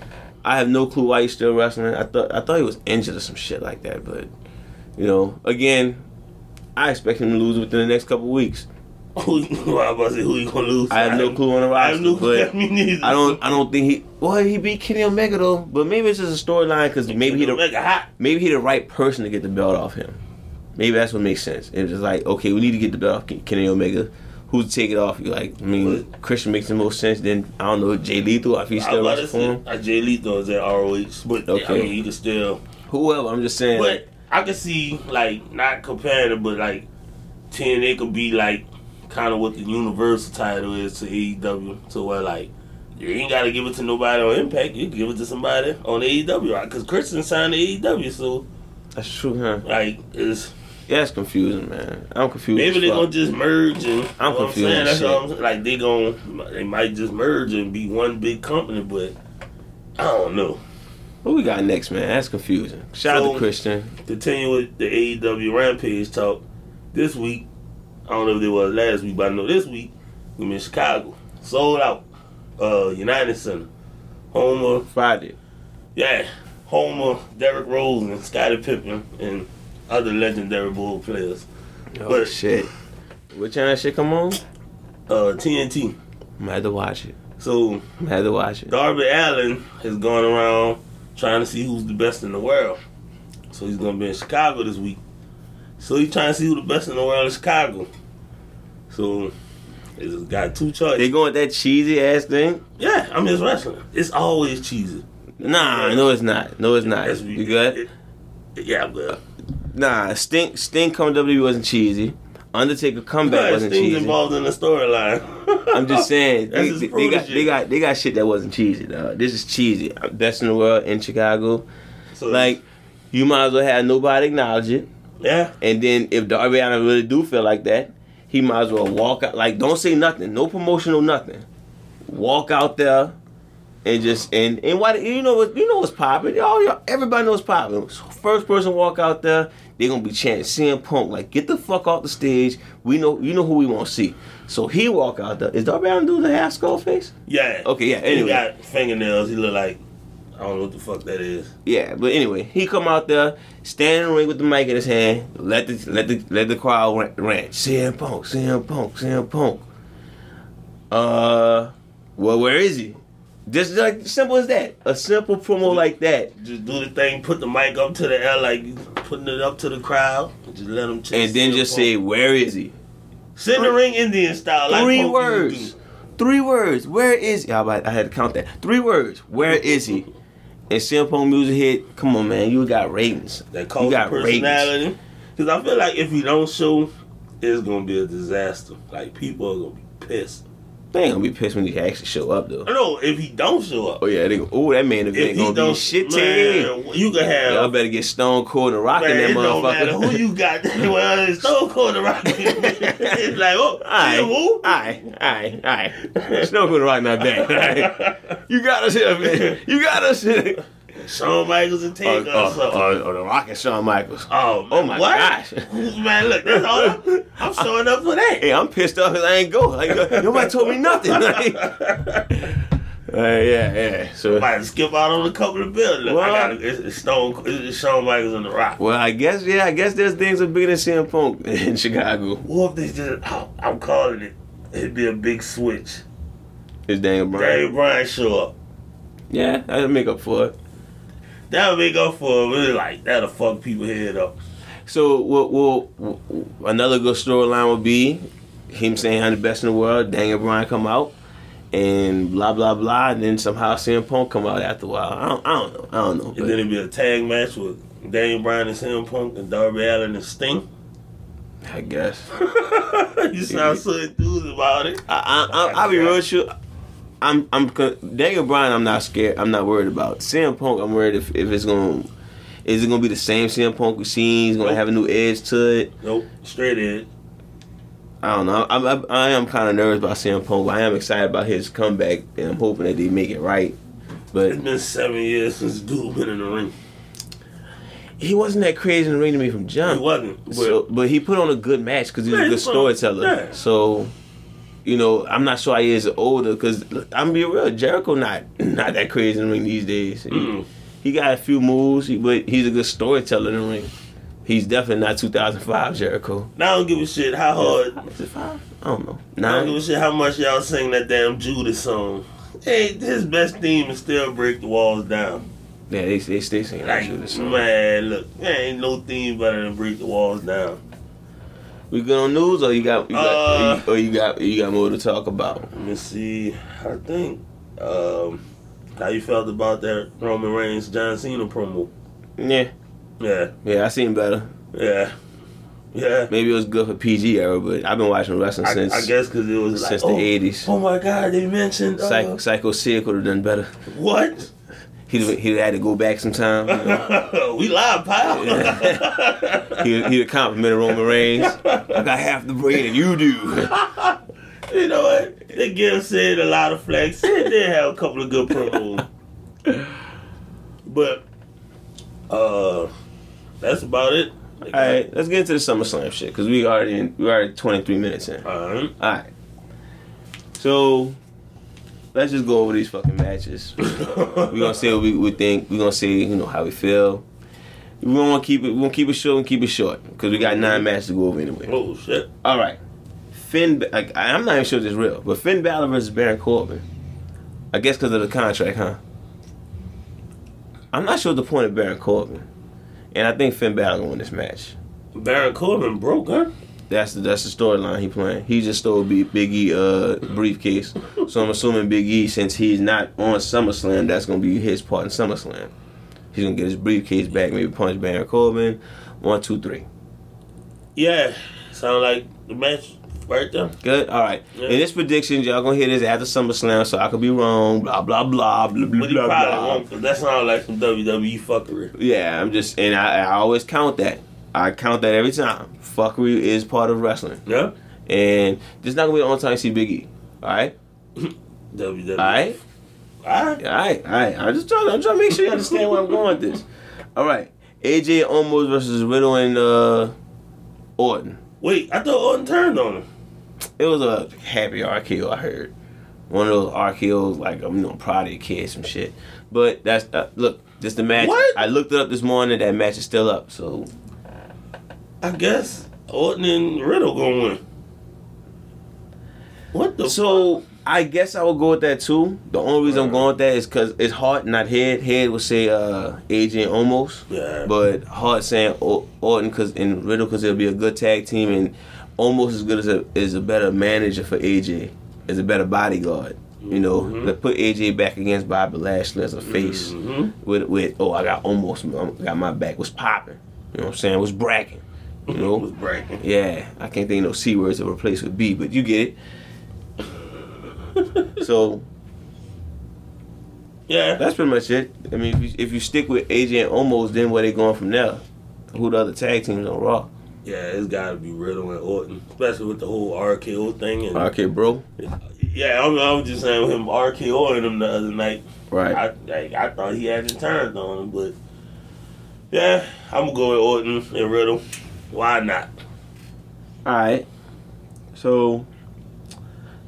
Speaker 1: I have no clue why he's still wrestling. I thought I thought he was injured or some shit like that, but you know, again, I expect him to lose within the next couple weeks.
Speaker 2: Who, I was about to say, who you gonna lose?
Speaker 1: I have no clue on the
Speaker 2: I have
Speaker 1: roster,
Speaker 2: no clue.
Speaker 1: but
Speaker 2: Me neither.
Speaker 1: I don't I don't think he. Well, he beat Kenny Omega though, but maybe it's just a storyline because maybe he
Speaker 2: It'll
Speaker 1: the
Speaker 2: make it hot.
Speaker 1: maybe he the right person to get the belt off him. Maybe that's what makes sense. It's just like okay, we need to get the belt off Ken- Kenny Omega. Who's to take it off? You like? I mean, Christian makes the most sense. Then I don't know Jay Lethal if he's
Speaker 2: I
Speaker 1: still
Speaker 2: was about
Speaker 1: wrestling. for him.
Speaker 2: to say, uh, Jay Lethal is at ROH, but I
Speaker 1: Okay.
Speaker 2: mean, he can still.
Speaker 1: Whoever. I'm just saying.
Speaker 2: But I can see like not comparing it, but like TNA could be like kind of what the Universal title is to AEW, to where like you ain't gotta give it to nobody on Impact, you can give it to somebody on E AEW, because Christian signed to AEW, so
Speaker 1: that's true, huh?
Speaker 2: like it's
Speaker 1: Yeah, it's confusing, man. I'm confused.
Speaker 2: Maybe
Speaker 1: as
Speaker 2: they
Speaker 1: fuck.
Speaker 2: gonna just merge and you
Speaker 1: I'm
Speaker 2: know what
Speaker 1: confused
Speaker 2: I'm saying?
Speaker 1: as
Speaker 2: That's what I'm saying. Like they gonna they might just merge and be one big company, but I don't know.
Speaker 1: What we got next, man? That's confusing. Shout out
Speaker 2: So-
Speaker 1: to Christian.
Speaker 2: Continue with the AEW Rampage talk this week. I don't know if they was last week, but I know this week we in Chicago. Sold out. Uh United Center. Homer
Speaker 1: Friday.
Speaker 2: yeah, Homer, Derrick Rose and Scottie Pippen and other legendary bull players.
Speaker 1: Oh
Speaker 2: But-
Speaker 1: shit. What channel that shit come on?
Speaker 2: Uh TNT.
Speaker 1: I'm had to watch it.
Speaker 2: So
Speaker 1: I'm had to watch it.
Speaker 2: Darby Allen has gone around trying to see who's the best in the world. So he's gonna be in Chicago this week. So he's trying to see who the best in the world in Chicago. So it's got two
Speaker 1: They
Speaker 2: choices.
Speaker 1: going with that cheesy ass thing?
Speaker 2: Yeah, I'm just wrestling. It's always cheesy.
Speaker 1: Nah, no, it's not. No, it's not.
Speaker 2: That's-
Speaker 1: You good?
Speaker 2: yeah, I'm good.
Speaker 1: Nah, Sting Sting coming to WWE wasn't cheesy. Undertaker comeback
Speaker 2: But
Speaker 1: wasn't
Speaker 2: things
Speaker 1: cheesy.
Speaker 2: involved in the storyline.
Speaker 1: I'm just saying
Speaker 2: That's
Speaker 1: they,
Speaker 2: his
Speaker 1: they- they got they
Speaker 2: protege.
Speaker 1: got they got shit that wasn't cheesy. Dog. This is cheesy. Best in the world in Chicago.
Speaker 2: So,
Speaker 1: Like you might as well have nobody acknowledge it.
Speaker 2: yeah,
Speaker 1: And then if Darby Allen really do feel like that, he might as well walk out. Like don't say nothing, no promotional nothing. Walk out there. And just and and why you know what you know what's popping y'all, y'all everybody knows popping. First person walk out there, they gonna be chanting CM Punk like get the fuck off the stage. We know you know who we want to see. So he walk out there. Is Darby Allen do the half skull face?
Speaker 2: yeah.
Speaker 1: Okay, yeah,
Speaker 2: He
Speaker 1: anyway.
Speaker 2: got fingernails. He look like I don't know what the fuck that is.
Speaker 1: Yeah, but anyway, he come out there, stand in the ring with the mic in his hand, let the let the let the crowd rant, rant CM Punk, CM Punk, CM Punk. Uh, well, where is he? Just like simple as that, a simple promo like that,
Speaker 2: Just do the thing, put the mic up to the air like you putting it up to the crowd. Just let them
Speaker 1: and then just say where is he?
Speaker 2: Send the ring Indian style. Like
Speaker 1: Three
Speaker 2: Pokey would
Speaker 1: words.
Speaker 2: do.
Speaker 1: Three words. Where is he? I, I had to count that. Three words. Where is he? And Sam Punk music hit. Come on, man. You got ratings.
Speaker 2: That
Speaker 1: you
Speaker 2: cult
Speaker 1: got ratings.
Speaker 2: personality. Because I feel like if you don't show, it's gonna be a disaster. Like people are gonna be pissed.
Speaker 1: They ain't gonna be pissed when you actually show up though.
Speaker 2: No, if he don't show up,
Speaker 1: Oh yeah, they go. Oh, that main
Speaker 2: if
Speaker 1: event
Speaker 2: he
Speaker 1: gonna be
Speaker 2: don't
Speaker 1: shitty.
Speaker 2: man, you can have.
Speaker 1: Y'all better get Stone Cold and Rock in
Speaker 2: Man,
Speaker 1: that
Speaker 2: it don't matter
Speaker 1: motherfucker.
Speaker 2: who you got. well, it's so cold to rock. it's like, oh,
Speaker 1: Aye,
Speaker 2: you who?
Speaker 1: aye, aye, aye. Snow Queen Rock not bad. Aye. You got us here, man. You got us here.
Speaker 2: Shawn Michaels and
Speaker 1: Or,
Speaker 2: Taker.
Speaker 1: or,
Speaker 2: or something.
Speaker 1: or, or oh, the Rock and Shawn Michaels.
Speaker 2: oh, man,
Speaker 1: Oh my
Speaker 2: what?
Speaker 1: gosh.
Speaker 2: man, look, that's all. I'm, I'm showing up for that.
Speaker 1: Hey, I'm pissed off because I ain't go. Like, uh, nobody told me nothing. Like, uh, yeah, yeah. So,
Speaker 2: Might skip out on a couple of bills. Look,
Speaker 1: What?
Speaker 2: I got it's, it's Stone, it's Shawn Michaels and The Rock.
Speaker 1: well, I guess yeah, I guess there's things are bigger than CM Punk in Chicago.
Speaker 2: What if they just? I'm, I'm calling it. It'd be a big switch.
Speaker 1: Is Daniel
Speaker 2: Daniel
Speaker 1: Bryan?
Speaker 2: Bryan show up.
Speaker 1: Yeah, that'll make up for it.
Speaker 2: That'll make up for it. Really, like that'll fuck people head up.
Speaker 1: So, what will another good storyline would be him saying I'm the best in the world, Daniel Bryan come out, and blah blah blah, and then somehow CM Punk come out after a while. I don't, I don't know. I don't know.
Speaker 2: And then it'd be a tag match with Daniel Bryan and Sam Punk and Darby Allen and Sting.
Speaker 1: but I guess
Speaker 2: you
Speaker 1: Mm-hmm.
Speaker 2: sound so enthused about it.
Speaker 1: I, I, I, I'll be real with you. I'm I'm con- Daniel Bryan. I'm not scared. I'm not worried about CM Punk. I'm worried if, if it's gonna is it gonna be the same CM Punk we've seen. He's gonna
Speaker 2: Nope.
Speaker 1: have a new edge to it.
Speaker 2: Nope, straight edge.
Speaker 1: I don't know. I'm, I'm, I am kind of nervous about CM Punk, but I am excited about his comeback, and I'm hoping that they make it right. But
Speaker 2: It's been seven years since dude been in the ring.
Speaker 1: he wasn't that crazy in the ring to me from
Speaker 2: He
Speaker 1: jump.
Speaker 2: wasn't. But
Speaker 1: so, but he put on a good match because he's
Speaker 2: Yeah,
Speaker 1: a
Speaker 2: he
Speaker 1: good
Speaker 2: put on-
Speaker 1: storyteller.
Speaker 2: yeah.
Speaker 1: So, you know, I'm not sure he is older because I'm be real. Jericho not not that crazy in the ring these days. He,
Speaker 2: Mm-mm.
Speaker 1: he got a few moves, he- but he's a good storyteller in the ring. He's definitely not 2005 Jericho.
Speaker 2: now I don't give a shit how hard.
Speaker 1: Is it five? I don't know.
Speaker 2: I don't
Speaker 1: Nine.
Speaker 2: give a shit how much y'all sing that damn Judas song. Hey, his best theme is still break the walls down.
Speaker 1: Yeah, they they stay singing. that
Speaker 2: Like,
Speaker 1: shit, so.
Speaker 2: man, look, there ain't no theme better than break the walls down.
Speaker 1: We good on news, or you got, you
Speaker 2: Uh,
Speaker 1: got or you got you got more to talk about?
Speaker 2: Let me see. I think um, how you felt about that Roman Reigns John Cena promo.
Speaker 1: Yeah,
Speaker 2: Yeah,
Speaker 1: yeah, I seen better.
Speaker 2: yeah, yeah.
Speaker 1: Maybe it was good for PG era, but I've been watching wrestling
Speaker 2: I,
Speaker 1: since
Speaker 2: I guess because it was
Speaker 1: since the
Speaker 2: like, oh,
Speaker 1: eighties.
Speaker 2: Oh my God, they mentioned uh,
Speaker 1: Psycho, Psycho Sid could have done better.
Speaker 2: what?
Speaker 1: He'd have- he'd have had to go back sometime. You know?
Speaker 2: we live, pal.
Speaker 1: he'd, he'd have complimented Roman Reigns. I got half the brain and you do.
Speaker 2: you know what? They give Sid a lot of flex. Sid did have a couple of good promos, but uh, that's about it.
Speaker 1: All right, let's get into the SummerSlam shit because we already in, we already twenty three minutes in.
Speaker 2: All right.
Speaker 1: All right, so let's just go over these fucking matches. We're gonna say what we, we think. We're gonna say you know how we feel. We want to keep it. We want to keep it short and keep it short because we got nine matches to go over anyway.
Speaker 2: Oh shit.
Speaker 1: All right, Finn. Ba- Like, I- I'm not even sure this is real, but Finn Balor versus Baron Corbin. I guess because of the contract, huh? I'm not sure the point of Baron Corbin, and I think Finn Balor gonna win this match.
Speaker 2: Baron Corbin broke, huh?
Speaker 1: That's the that's the storyline he playing. He just stole B, Big E uh, briefcase, so I'm assuming Big E since he's not on SummerSlam, that's gonna be his part in SummerSlam. He's gonna get his briefcase back, maybe punch Baron Corbin. One, two, three.
Speaker 2: Yeah. Sound like the match right there.
Speaker 1: Good. All right.
Speaker 2: Yeah.
Speaker 1: In this prediction, y'all gonna hear this after SummerSlam, so I could be wrong. Blah blah blah blah blah
Speaker 2: But he
Speaker 1: blah.
Speaker 2: probably
Speaker 1: blah.
Speaker 2: won't, 'cause that sounds like some WWE fuckery.
Speaker 1: Yeah, I'm just and I, I always count that. I count that every time. Fuckery is part of wrestling,
Speaker 2: Yeah?
Speaker 1: and this not gonna be the only time you see Big E. All right.
Speaker 2: WWE.
Speaker 1: All right.
Speaker 2: E. Alright.
Speaker 1: All right, all right. I'm just trying. I'm trying to make sure you understand where I'm going with this. All right, AJ Almost versus Riddle and uh, Orton.
Speaker 2: Wait, I thought Orton turned on him.
Speaker 1: It was a happy RKO. I heard one of those RKO's like I'm you know prodigy kid some shit. But that's uh, look. This the match.
Speaker 2: What?
Speaker 1: I looked it up this morning. That match is still up. So
Speaker 2: I guess Orton and Riddle gonna win. What the
Speaker 1: so I guess I will go with that too. The only
Speaker 2: Uh-huh.
Speaker 1: reason I'm going with that is because it's Hart, not Head. Head would say uh, AJ Almost.
Speaker 2: Yeah.
Speaker 1: But Hart saying Or- Orton cause and Riddle because it'll be a good tag team and almost as good as a is a better manager for AJ. is a better bodyguard. You know, Like, put AJ back against Bobby Lashley as a face
Speaker 2: Mhm.
Speaker 1: with with oh I got almost I got my back was popping. You know what I'm saying? Was bragging. You
Speaker 2: It was
Speaker 1: know?
Speaker 2: breaking.
Speaker 1: Yeah, I can't think of no C words to replace with B, but you get it. so
Speaker 2: Yeah.
Speaker 1: that's pretty much it. I mean, if you, if you stick with AJ and Omos, then where they going from there? Who the other tag teams on Raw?
Speaker 2: Yeah, it's got to be Riddle and Orton, especially with the whole RKO thing. And
Speaker 1: Okay, bro.
Speaker 2: yeah, I, mean, I was just saying with him RKOing him the other night.
Speaker 1: Right.
Speaker 2: I like, I thought he had his turns on him, but yeah, I'm gonna go with Orton and Riddle. Why not?
Speaker 1: All right. So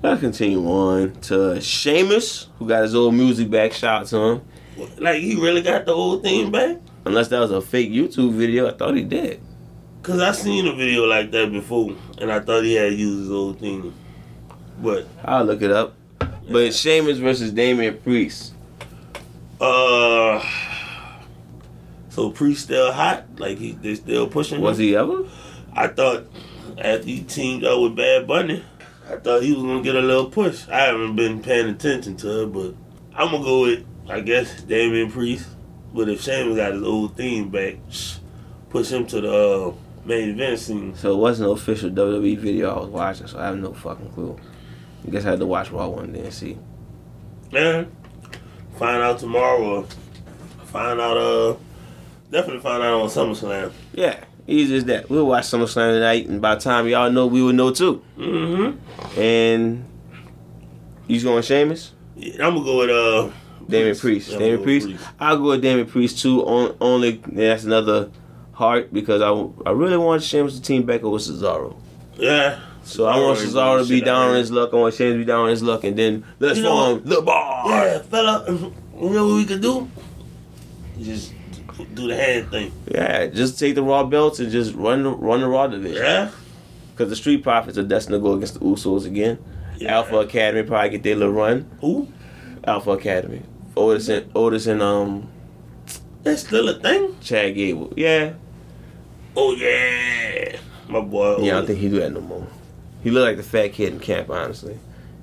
Speaker 1: let's continue on to Sheamus, who got his old music back. Shout out to him.
Speaker 2: Like he really got the whole thing back.
Speaker 1: Unless that was a fake YouTube video, I thought he did.
Speaker 2: Cause I seen a video like that before, and I thought he had used his old thing. But
Speaker 1: I'll look it up. But it's Sheamus versus Damian Priest.
Speaker 2: uh, so Priest still hot, like he they still pushing.
Speaker 1: Was
Speaker 2: him?
Speaker 1: he ever?
Speaker 2: I thought after he teamed up with Bad Bunny, I thought he was gonna get a little push. I haven't been paying attention to it, but I'm gonna go with I guess Damian Priest. But if Sheamus got his old thing back, push him to the uh, main event scene.
Speaker 1: So it wasn't an official WWE video I was watching, so I have no fucking clue. I guess I had to watch Raw one day and see.
Speaker 2: Yeah. Find out tomorrow. Or find out. Uh, definitely find out on SummerSlam.
Speaker 1: Yeah, easy as that. We'll watch SummerSlam tonight, and by the time y'all know, we will know too.
Speaker 2: Mm-hmm.
Speaker 1: And you going Sheamus?
Speaker 2: Yeah, I'm gonna go with uh.
Speaker 1: Damien Priest.
Speaker 2: Yeah, I'm
Speaker 1: Damien
Speaker 2: gonna go
Speaker 1: Priest.
Speaker 2: with
Speaker 1: I'll go with Damien Priest too. On, only that's another heart because I, I really want Sheamus to team back up with Cesaro.
Speaker 2: Yeah.
Speaker 1: So I want Cesaro to be down on his luck. I want Sheamus to be down on his luck, and then let's
Speaker 2: You know
Speaker 1: form the bar.
Speaker 2: Yeah, fella. You know what we could do? Just do the hand thing.
Speaker 1: Yeah, just take the Raw belts and just run the, run the Raw division.
Speaker 2: Yeah.
Speaker 1: Because the Street Profits are destined to go against the Usos again.
Speaker 2: Yeah.
Speaker 1: Alpha Academy probably get their little run.
Speaker 2: Who?
Speaker 1: Alpha Academy. Otis and Otis and um
Speaker 2: That's still a thing.
Speaker 1: Chad Gable. Yeah.
Speaker 2: Oh yeah, my boy. oh,
Speaker 1: Yeah, I don't think he do that no more. He look like the fat kid in camp, honestly.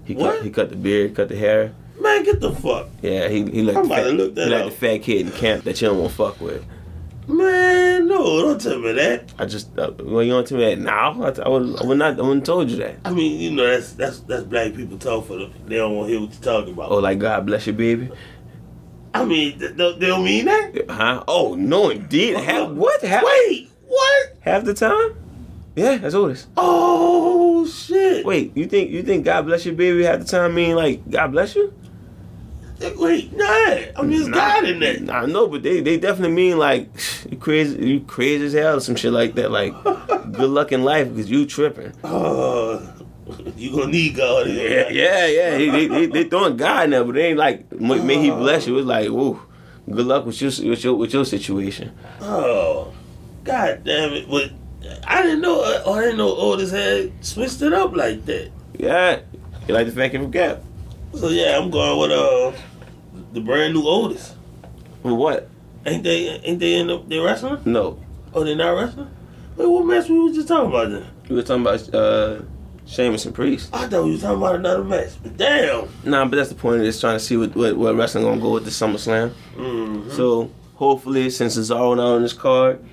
Speaker 1: He
Speaker 2: What?
Speaker 1: cut he cut the beard, cut the hair.
Speaker 2: Man, get the fuck.
Speaker 1: Yeah, he he like
Speaker 2: I'm
Speaker 1: the
Speaker 2: about to
Speaker 1: fat,
Speaker 2: look that
Speaker 1: he like
Speaker 2: up.
Speaker 1: the fat kid in camp that you don't want to fuck with.
Speaker 2: Man, no, don't tell me that.
Speaker 1: I just uh, well, you don't tell me that now. I, th- I would I would not I wouldn't told you that.
Speaker 2: I mean, you know, that's that's that's black people talk for them. They don't want to hear what you're talking about.
Speaker 1: Oh, like God bless you, baby.
Speaker 2: I mean, th- th- they don't mean that. Uh,
Speaker 1: Huh? Oh no, indeed. Half, what? Half,
Speaker 2: Wait, what?
Speaker 1: Half the time? Yeah, that's Otis.
Speaker 2: Oh shit.
Speaker 1: Wait, you think you think God bless you, baby? Half the time mean like God bless you?
Speaker 2: wait, nah. I mean, it's God in that.
Speaker 1: I know, but they, they definitely mean like you crazy, you crazy as hell, or some shit like that. Like good luck in life because you tripping.
Speaker 2: Uh, you gonna need God. in
Speaker 1: Yeah,
Speaker 2: that.
Speaker 1: yeah, yeah. They, they, they, they throwing God in there, but they ain't like may, may He bless you. It's like woo, good luck with your with your with your situation.
Speaker 2: Oh, god damn it! But I didn't know. uh, I didn't know Otis had switched it up like that.
Speaker 1: Yeah, you like the fact you forget.
Speaker 2: So yeah, I'm going with uh the brand new Otis.
Speaker 1: For what?
Speaker 2: Ain't they? Ain't they in the they wrestling?
Speaker 1: No,
Speaker 2: Oh, they not wrestling? Wait, what match we was just talking about then?
Speaker 1: we were talking about uh, Sheamus and Priest.
Speaker 2: I thought we was talking about another match. But damn.
Speaker 1: Nah, but that's the point. Is trying to see what what, what wrestling gonna go with the SummerSlam.
Speaker 2: Mm-hmm.
Speaker 1: So hopefully, since Cesaro not on this card,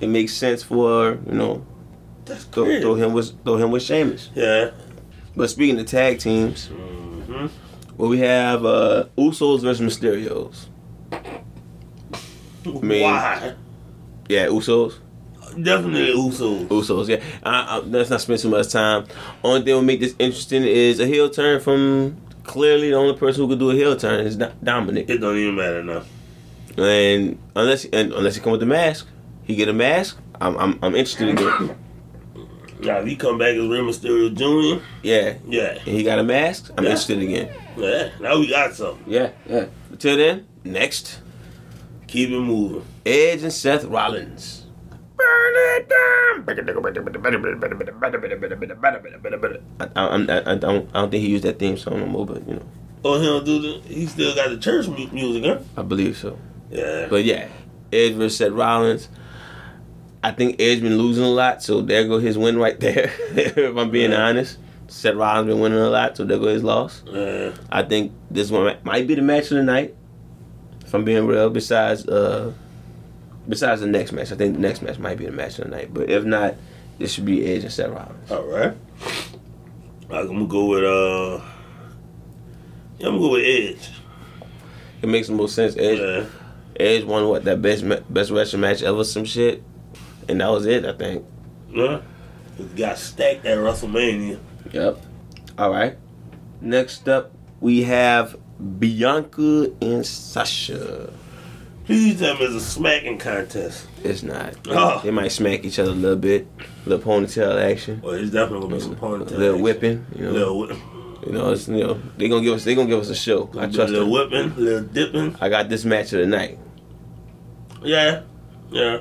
Speaker 1: it makes sense for you know
Speaker 2: That's
Speaker 1: throw,
Speaker 2: crazy.
Speaker 1: throw him with throw him with Sheamus.
Speaker 2: Yeah.
Speaker 1: But speaking of tag teams,
Speaker 2: Mm-hmm.
Speaker 1: well, we have uh, Usos versus Mysterios. mean-
Speaker 2: Why?
Speaker 1: Yeah, Usos,
Speaker 2: Definitely Usos.
Speaker 1: Usos. Yeah, I, I, let's not spend too much time. Only thing will make this interesting is a heel turn from clearly the only person who could do a heel turn is Do- Dominic,
Speaker 2: It don't even matter now.
Speaker 1: and unless and unless he come with the mask, he get a mask. I'm I'm, I'm interested again.
Speaker 2: Yeah, if he come back as Rey Mysterio Jr.,
Speaker 1: Yeah,
Speaker 2: yeah.
Speaker 1: and he got a mask. I'm
Speaker 2: Yeah.
Speaker 1: interested again.
Speaker 2: Yeah, now we got something.
Speaker 1: Yeah, yeah. Until then, next
Speaker 2: Keep it moving.
Speaker 1: Edge and Seth Rollins. Burn it down. I, I, I'm- I, I don't. I don't think he used that theme song no more, but you know,
Speaker 2: Oh, he don't do the. He still got the church mu- music, huh?
Speaker 1: I believe so.
Speaker 2: Yeah.
Speaker 1: But yeah, Edge versus Seth Rollins. I think Edge been losing a lot, so there go his win right there. if I'm being
Speaker 2: Yeah.
Speaker 1: honest, Seth Rollins been winning a lot, so there goes his loss.
Speaker 2: Uh,
Speaker 1: I think this one might be the match of the night. If I'm being real, besides uh, besides the next match, I think the next match might be the match of the night. But if not, this should be Edge and Seth Rollins.
Speaker 2: all right. I'm gonna go with uh. Yeah, I'm gonna go with Edge.
Speaker 1: It makes the most sense. Edge,
Speaker 2: Yeah.
Speaker 1: Edge won what that best ma- best wrestling match ever, some shit, and that was it. I think.
Speaker 2: Huh? It got stacked at WrestleMania.
Speaker 1: Yep. All right. Next up, we have Bianca and Sasha.
Speaker 2: Please tell me it's a smacking contest.
Speaker 1: It's not.
Speaker 2: Oh.
Speaker 1: They might smack each other a little bit, little ponytail action,
Speaker 2: Well, it's definitely gonna be some
Speaker 1: little
Speaker 2: ponytail.
Speaker 1: little
Speaker 2: action.
Speaker 1: whipping. You know,
Speaker 2: Little, whip-
Speaker 1: you know, it's, you know, they gonna give us, they gonna give us a show. I trust
Speaker 2: little
Speaker 1: them.
Speaker 2: whipping, little dipping.
Speaker 1: I got this match of the night.
Speaker 2: Yeah, yeah.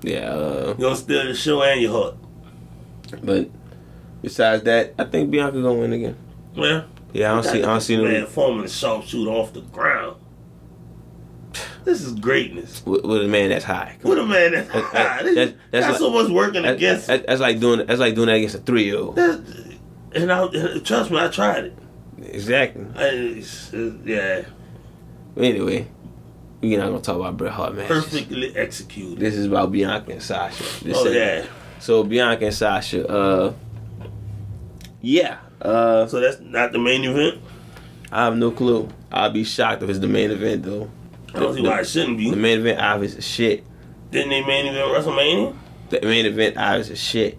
Speaker 1: Yeah, uh,
Speaker 2: You're gonna steal the show and your heart.
Speaker 1: but besides that, I think Bianca gonna win again.
Speaker 2: Yeah.
Speaker 1: Yeah, I don't see, I don't see no.
Speaker 2: man forming a sharpshooter off the ground. This is greatness.
Speaker 1: with, with a man that's high. Come
Speaker 2: What a
Speaker 1: on.
Speaker 2: man that's
Speaker 1: That-
Speaker 2: high.
Speaker 1: that-
Speaker 2: This,
Speaker 1: that's- that's
Speaker 2: got so much working
Speaker 1: That-
Speaker 2: against.
Speaker 1: that- that's like doing that's like doing that against a three year old.
Speaker 2: that, and I trust me, I tried it.
Speaker 1: Exactly.
Speaker 2: I, it's- it's- yeah,
Speaker 1: Anyway, we're not gonna talk about Bret Hart matches.
Speaker 2: perfectly executed.
Speaker 1: This is about Bianca and Sasha. This
Speaker 2: Oh
Speaker 1: segment.
Speaker 2: yeah.
Speaker 1: So Bianca and Sasha. Uh, yeah. Uh,
Speaker 2: So that's not the main event.
Speaker 1: I have no clue. I'll be shocked if it's the main event though.
Speaker 2: I don't see why it shouldn't be.
Speaker 1: The main event obvious as shit.
Speaker 2: Didn't they main event WrestleMania?
Speaker 1: The main event obvious as shit.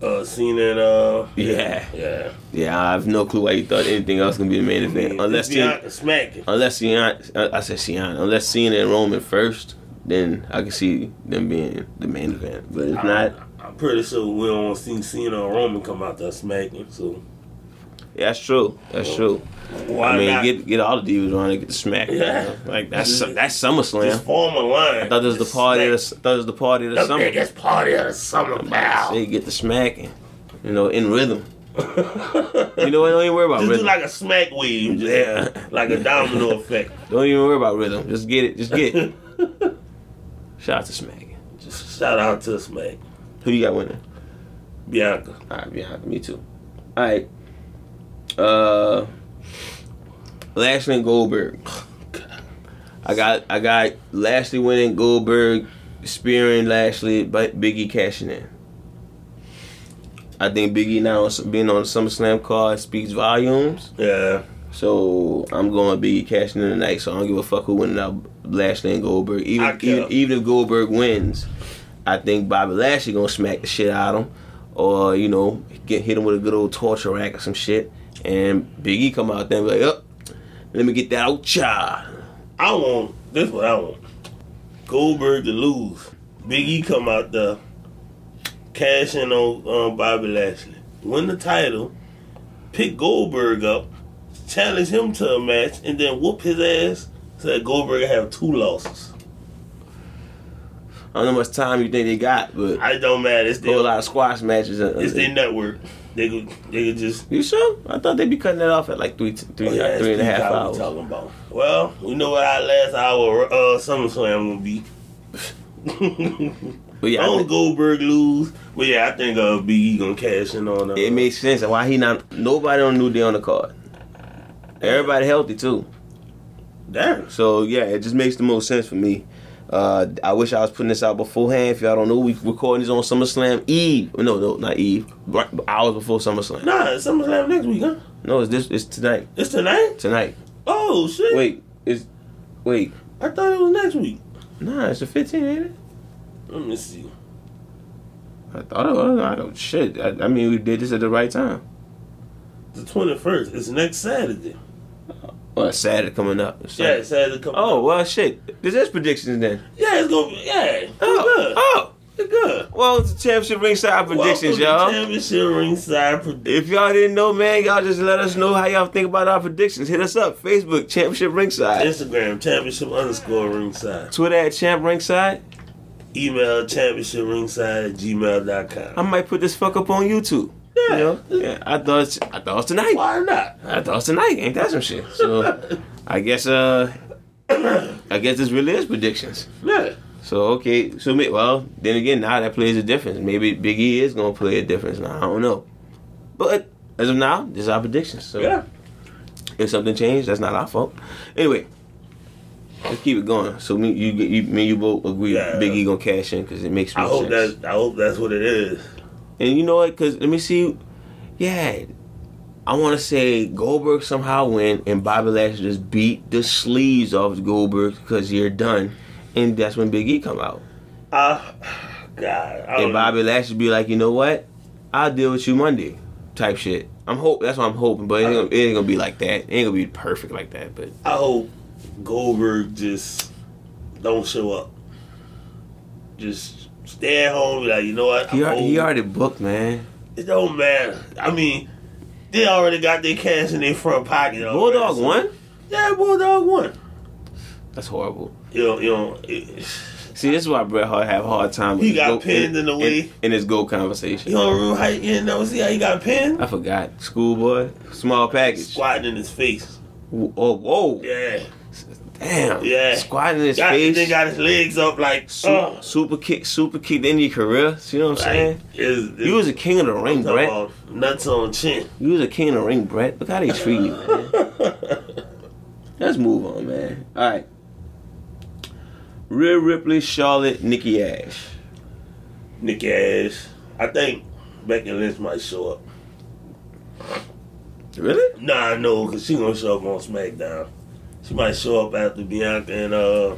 Speaker 2: Uh, Cena and uh.
Speaker 1: Yeah.
Speaker 2: Yeah.
Speaker 1: Yeah, I have no clue why you thought anything else gonna be the main
Speaker 2: I mean,
Speaker 1: event. Unless
Speaker 2: it's
Speaker 1: you
Speaker 2: Bianca smacking.
Speaker 1: Unless Cian, uh, I said Cian, unless Cena and Roman first, then I can see them being the main event. But if not,
Speaker 2: I, am pretty sure we don't want to see Cena or Roman come out there smacking. So
Speaker 1: yeah, that's true. That's true.
Speaker 2: why
Speaker 1: I mean,
Speaker 2: not
Speaker 1: get get all the divas on and get the smack. you know?
Speaker 2: Yeah.
Speaker 1: Like that's
Speaker 2: Just-
Speaker 1: that's
Speaker 2: just
Speaker 1: SummerSlam.
Speaker 2: form a line?
Speaker 1: I thought this was the party. Of the,
Speaker 2: Just
Speaker 1: s- thought it was the party of the
Speaker 2: smack. the
Speaker 1: summer.
Speaker 2: biggest party of the summer, pal.
Speaker 1: They get the smacking, you know, in rhythm. You
Speaker 2: just
Speaker 1: know, what? don't even worry about
Speaker 2: do
Speaker 1: rhythm.
Speaker 2: like a smack wave, just
Speaker 1: Yeah.
Speaker 2: like a domino effect.
Speaker 1: Don't even worry about rhythm. Just get it. Just get it. Shout out to smacking.
Speaker 2: Just shout out to Smack
Speaker 1: Who you got winning?
Speaker 2: Bianca.
Speaker 1: All right, Bianca, me too. All right. Uh, Lashley and Goldberg. I got I got Lashley winning, Goldberg spearing Lashley, but Biggie cashing in. I think Biggie now s- being on the SummerSlam card speaks volumes.
Speaker 2: Yeah,
Speaker 1: So I'm going Biggie cashing in tonight. So I don't give a fuck who wins out Lashley and Goldberg.
Speaker 2: I
Speaker 1: Even
Speaker 2: care.
Speaker 1: even, even if Goldberg wins, I think Bobby Lashley gonna smack the shit out of him, or you know get hit him with a good old torture rack or some shit, and Biggie come out there and be like, "Up, let me get that out, child."
Speaker 2: I want this. Is what I want Goldberg to lose. Big E come out there, cash in on um, Bobby Lashley, win the title, pick Goldberg up, challenge him to a match, and then whoop his ass so that Goldberg have two losses.
Speaker 1: I don't know how much time you think they got, but
Speaker 2: I don't matter. It's
Speaker 1: a whole
Speaker 2: their,
Speaker 1: lot of squash matches. and-
Speaker 2: it's their network. They could they could just
Speaker 1: you sure? I thought they'd be cutting it off at like three, three,
Speaker 2: Oh, Yeah,
Speaker 1: three and a half
Speaker 2: that's what we
Speaker 1: hours.
Speaker 2: Talking about. Well, we know what our last hour uh, SummerSlam will be.
Speaker 1: But yeah, I
Speaker 2: I don't
Speaker 1: think-
Speaker 2: Goldberg lose, but yeah, I think uh, Big E gonna cash in on uh,
Speaker 1: It makes sense why he not nobody on New Day on the card. Everybody healthy too.
Speaker 2: Damn.
Speaker 1: So yeah, it just makes the most sense for me. Uh, I wish I was putting this out beforehand. If y'all don't know, we recording this on SummerSlam Eve. No, no, not Eve. Right, hours before SummerSlam. No,
Speaker 2: Nah, it's SummerSlam next week, huh?
Speaker 1: it's this. It's tonight.
Speaker 2: It's tonight.
Speaker 1: Tonight.
Speaker 2: Oh shit!
Speaker 1: Wait, it's wait.
Speaker 2: I thought it was next week.
Speaker 1: Nah, it's the 15th, ain't it?
Speaker 2: Let me see.
Speaker 1: I thought it was. I don't shit. I, I mean, we did this at the right time.
Speaker 2: The twenty first. It's next Saturday.
Speaker 1: Well, it's Saturday coming up. It's
Speaker 2: Yeah,
Speaker 1: Saturday.
Speaker 2: it's Saturday. Come
Speaker 1: Oh well, shit. This is predictions then.
Speaker 2: Yeah, it's gonna be. Yeah, it's
Speaker 1: Oh,
Speaker 2: good.
Speaker 1: oh.
Speaker 2: It's good.
Speaker 1: Well, it's the championship ringside predictions,
Speaker 2: Welcome to
Speaker 1: y'all.
Speaker 2: Championship ringside predictions.
Speaker 1: If y'all didn't know, man, y'all just let us know how y'all think about our predictions. Hit us up. Facebook, Championship Ringside.
Speaker 2: Instagram championship underscore ringside.
Speaker 1: Twitter at Champ Ringside.
Speaker 2: Email championship ringside at gmail.com.
Speaker 1: I might put this fuck up on YouTube. You know? Yeah. I thought it's, I thought it's tonight.
Speaker 2: Why not?
Speaker 1: I thought it's tonight. Ain't that some shit? So I guess uh I guess this really is predictions.
Speaker 2: Yeah.
Speaker 1: So okay, so may- well, then again now that plays a difference. Maybe Big E is gonna play a difference now. I don't know. But as of now, this is our predictions. So
Speaker 2: Yeah.
Speaker 1: if something changed, that's not our fault. Anyway, let's keep it going. So me, you, you, me, and you both agree
Speaker 2: Yeah.
Speaker 1: Big E gonna cash in because it makes
Speaker 2: I
Speaker 1: more
Speaker 2: hope
Speaker 1: sense.
Speaker 2: that I hope that's what it is.
Speaker 1: And you know what? Because let me see. Yeah, I want to say Goldberg somehow win, and Bobby Lashley just beat the sleeves off Goldberg because you're done, and that's when Big E come out,
Speaker 2: I, God, I
Speaker 1: and
Speaker 2: don't,
Speaker 1: Bobby Lashley be like, you know what? I'll deal with you Monday, type shit. I'm hope that's what I'm hoping, but it ain't, gonna, it ain't gonna be like that. It ain't gonna be perfect like that, but
Speaker 2: I hope Goldberg just don't show up. Just stay at home. Be like, you know what?
Speaker 1: he,
Speaker 2: I'm
Speaker 1: al-
Speaker 2: old.
Speaker 1: he already booked, man.
Speaker 2: It don't matter. I mean, they already got their cash in their front pocket. already,
Speaker 1: Bulldog
Speaker 2: so-
Speaker 1: won.
Speaker 2: Yeah, Bulldog won.
Speaker 1: That's horrible.
Speaker 2: You know, you know. It,
Speaker 1: See, this is why Bret Hart have a hard time. with
Speaker 2: He
Speaker 1: his
Speaker 2: got
Speaker 1: goat-
Speaker 2: pinned in the way.
Speaker 1: in, his gold conversation.
Speaker 2: you don't remember how you didn't know? See how he got pinned?
Speaker 1: I forgot. Schoolboy, small package.
Speaker 2: Squatting in his face.
Speaker 1: Whoa, oh, whoa.
Speaker 2: Yeah.
Speaker 1: Damn.
Speaker 2: Yeah.
Speaker 1: Squatting his
Speaker 2: Got,
Speaker 1: face.
Speaker 2: they got his legs up like.
Speaker 1: Su-
Speaker 2: Oh.
Speaker 1: Super kick, super kick in your career. You know what I'm
Speaker 2: Like,
Speaker 1: saying?
Speaker 2: is,
Speaker 1: You was a king of the ring, Brett.
Speaker 2: nuts on chin.
Speaker 1: You was a king of the ring, Brett. Look how they treat you, man. Let's move on, man. All right. Rhea Ripley, Charlotte, Nikki Ash.
Speaker 2: Nick Ash. I think Becky Lynch might show up.
Speaker 1: Really?
Speaker 2: Nah, I know, because she going to show up on SmackDown. She might show up after Bianca and, uh,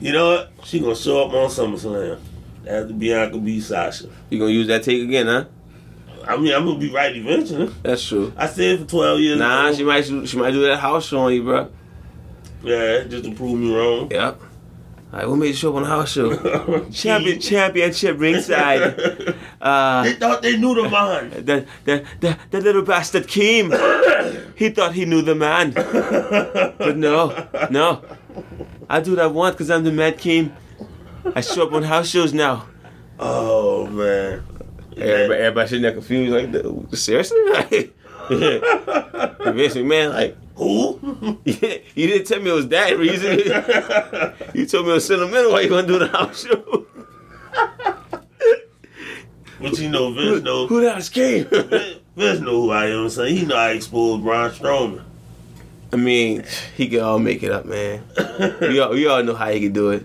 Speaker 2: you know what? She going to show up on SummerSlam after Bianca beat Sasha.
Speaker 1: You gonna use that take again, huh?
Speaker 2: I mean, I'm going to be right eventually.
Speaker 1: That's true.
Speaker 2: I said for 12 years.
Speaker 1: Nah,
Speaker 2: ago.
Speaker 1: she might she might do that house show on you, bro.
Speaker 2: Yeah, just to prove me wrong.
Speaker 1: Yep. All right, what made you show up on the house show? Champion, championship ringside. Uh,
Speaker 2: they thought they knew the man.
Speaker 1: the, the, the, the little bastard came. he thought he knew the man. But no, no. I do what I want because I'm the mad king. I show up on house shows now.
Speaker 2: Oh, man.
Speaker 1: Everybody, everybody sitting there confused, like, "Dude, seriously? Like, Vince McMahon, like,
Speaker 2: Who?
Speaker 1: you didn't tell me it was that reason. you told me it was sentimental. Why you gonna do the house show?
Speaker 2: But you know, Vince know.
Speaker 1: Who the hell is king?
Speaker 2: Vince know who I am. So he know I exposed Braun Strowman.
Speaker 1: I mean, he could all make it up, man. We all, we all know how he could do it.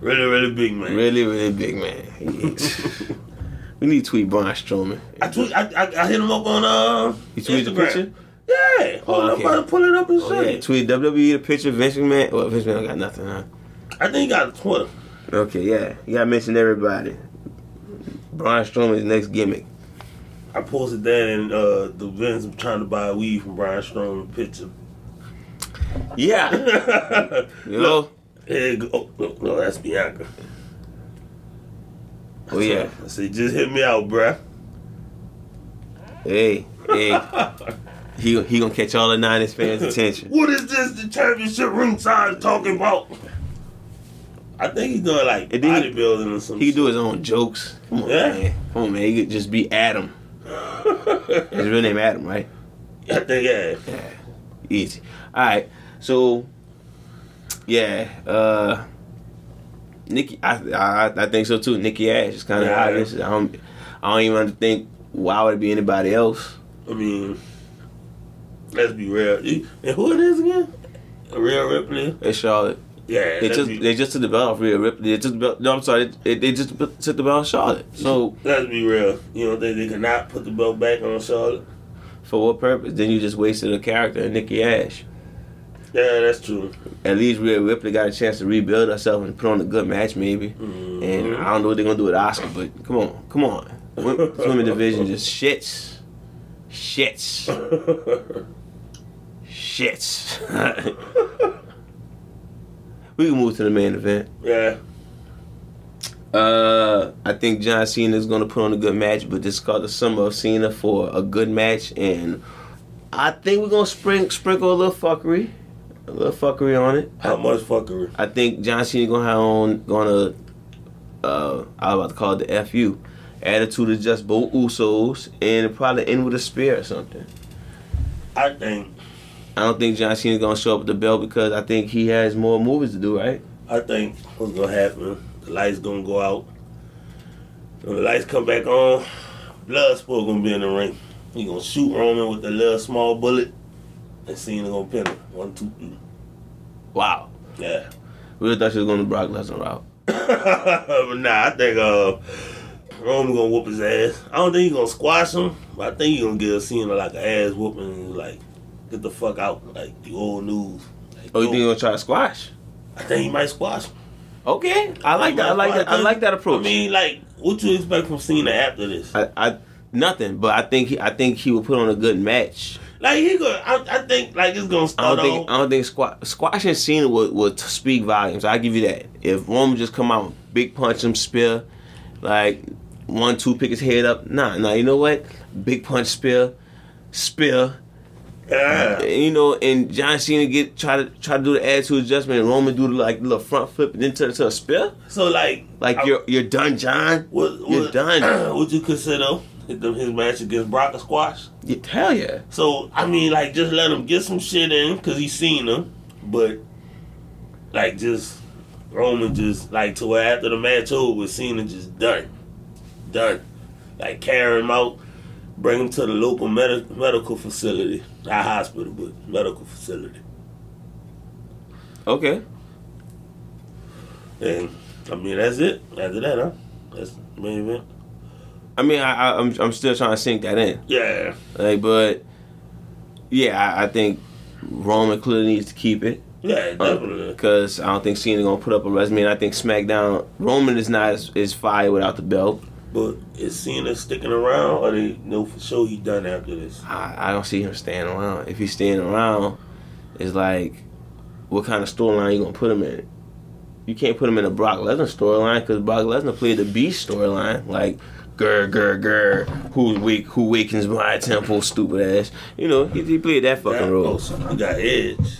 Speaker 2: really, really big man.
Speaker 1: Really, really big man. He- we need to tweet Braun Strowman.
Speaker 2: I, tweet, I, I I hit him up on uh.
Speaker 1: You tweeted the
Speaker 2: Instagram.
Speaker 1: picture?
Speaker 2: Yeah. Hold
Speaker 1: Oh,
Speaker 2: on,
Speaker 1: okay.
Speaker 2: I'm about to pull it up and
Speaker 1: Oh,
Speaker 2: show
Speaker 1: yeah.
Speaker 2: you.
Speaker 1: Tweet WWE the picture, Vince McMahon. Well, Vince McMahon got nothing, huh?
Speaker 2: I think he got a Twitter.
Speaker 1: Okay, yeah. You gotta mention everybody. Braun Strowman's next gimmick.
Speaker 2: I posted that and uh, the Vince trying to buy weed from Brian Strowman picture.
Speaker 1: Yeah. You know?
Speaker 2: There you go. Oh, no, no, that's Bianca.
Speaker 1: Oh, yeah.
Speaker 2: I said, just hit me out, bruh.
Speaker 1: Hey, hey. He, he gonna catch all the Niners fans' attention.
Speaker 2: What is this the championship ringside talking about? I think he's doing like
Speaker 1: And then he-
Speaker 2: bodybuilding or something.
Speaker 1: He could do his own jokes. Come on,
Speaker 2: Yeah.
Speaker 1: man. Come on, man. He could just be Adam. His real name Adam, right?
Speaker 2: I think yeah.
Speaker 1: Yeah, easy. All right, so yeah, uh, Nikki, I, I I think so too. Nikki Ash is kind of
Speaker 2: Yeah.
Speaker 1: obvious. I don't I don't even think why would it be anybody else.
Speaker 2: I mean, let's be real. You- And who it is again? Real Ripley.
Speaker 1: It's Charlotte. They
Speaker 2: Yeah. let's
Speaker 1: just
Speaker 2: be,
Speaker 1: they just took the belt off Rhea Ripley. They took the belt. No, I'm sorry. They, they just put- took the belt off Charlotte. So
Speaker 2: let's be real. You know they they cannot put the belt back on Charlotte.
Speaker 1: for what purpose? Then you just wasted a character, in Nikki Ash.
Speaker 2: Yeah, that's true.
Speaker 1: At least Rhea Ripley got a chance to rebuild herself and put on a good match, maybe.
Speaker 2: Mhm.
Speaker 1: And I don't know what they're gonna do with Oscar, but come on, come on. Women, this women division just shits, shits,
Speaker 2: Mm-hmm.
Speaker 1: shits. we can move to the main event.
Speaker 2: yeah.
Speaker 1: Uh, I think John Cena is gonna put on a good match, but this is called the summer of Cena for a good match, and I think we're gonna spring, sprinkle a little fuckery, a little fuckery on it.
Speaker 2: How much fuckery?
Speaker 1: I think John Cena gonna have on gonna uh I was about to call it the FU. Attitude is just both Usos and it'll probably end with a spear or something.
Speaker 2: I think.
Speaker 1: I don't think John Cena's gonna show up with the belt because I think he has more movies to do, right?
Speaker 2: I think what's gonna happen? The lights gonna go out. When the lights come back on, Bloodsport gonna be in the ring. He gonna shoot Roman with the little small bullet, and Cena gonna pin him. One, two, three.
Speaker 1: Wow.
Speaker 2: Yeah.
Speaker 1: We would've thought she was going to Brock Lesnar route.
Speaker 2: but nah, I think uh, Roman gonna whoop his ass. I don't think he gonna squash him, but I think he gonna give Cena like an ass whooping. And like, get the fuck out, like you old news. Like,
Speaker 1: Oh, you think
Speaker 2: yo,
Speaker 1: you're going to try to squash?
Speaker 2: I think he might squash him.
Speaker 1: Okay. I like that. I like that. I like that approach.
Speaker 2: I mean, like, what you expect from Cena after this?
Speaker 1: I, I nothing, but I think he, I think he will put on a good match.
Speaker 2: Like, he gonna, I, I think, like, it's gonna
Speaker 1: I
Speaker 2: start
Speaker 1: don't think
Speaker 2: off.
Speaker 1: I don't think squash, squash and Cena would would speak volumes. I give you that. If Roman just come out, big punch him, spear, like one two, pick his head up. Nah, nah. You know what? Big punch, spear, spear.
Speaker 2: Yeah.
Speaker 1: And, you know, and John Cena get try to try to do the attitude adjustment. And Roman do the like little front flip and then turn it to a spear.
Speaker 2: So, like,
Speaker 1: Like
Speaker 2: I-
Speaker 1: you're you're done, John.
Speaker 2: What, what,
Speaker 1: You're done.
Speaker 2: Would you consider his his match against Brock a squash?
Speaker 1: Yeah, hell yeah.
Speaker 2: So I mean, like, just let him get some shit in because he's seen him, but like, just Roman just like to where after the match over, Cena just done, done. Like carry him out, bring him to the local med- medical facility, not hospital, but medical facility,
Speaker 1: Okay.
Speaker 2: and I mean that's it. After that, huh? That's the main event.
Speaker 1: I mean, I, I I'm I'm still trying to sink that in.
Speaker 2: Yeah.
Speaker 1: Like, but yeah, I, I think Roman clearly needs to keep it
Speaker 2: Yeah, definitely.
Speaker 1: because I don't think Cena gonna put up a resume, and I think SmackDown Roman is not as, is fire without the belt.
Speaker 2: But is Cena sticking around, or they know for sure he done after this?
Speaker 1: I, I don't see him staying around. If he's staying around, it's like what kind of storyline you gonna put him in? You can't put him in a Brock Lesnar storyline because Brock Lesnar played the Beast storyline, like. Grr, grr, grr. Who wake, who wakens my temple, stupid ass. You know, he, he played that fucking
Speaker 2: Oh,
Speaker 1: role.
Speaker 2: so you got Edge.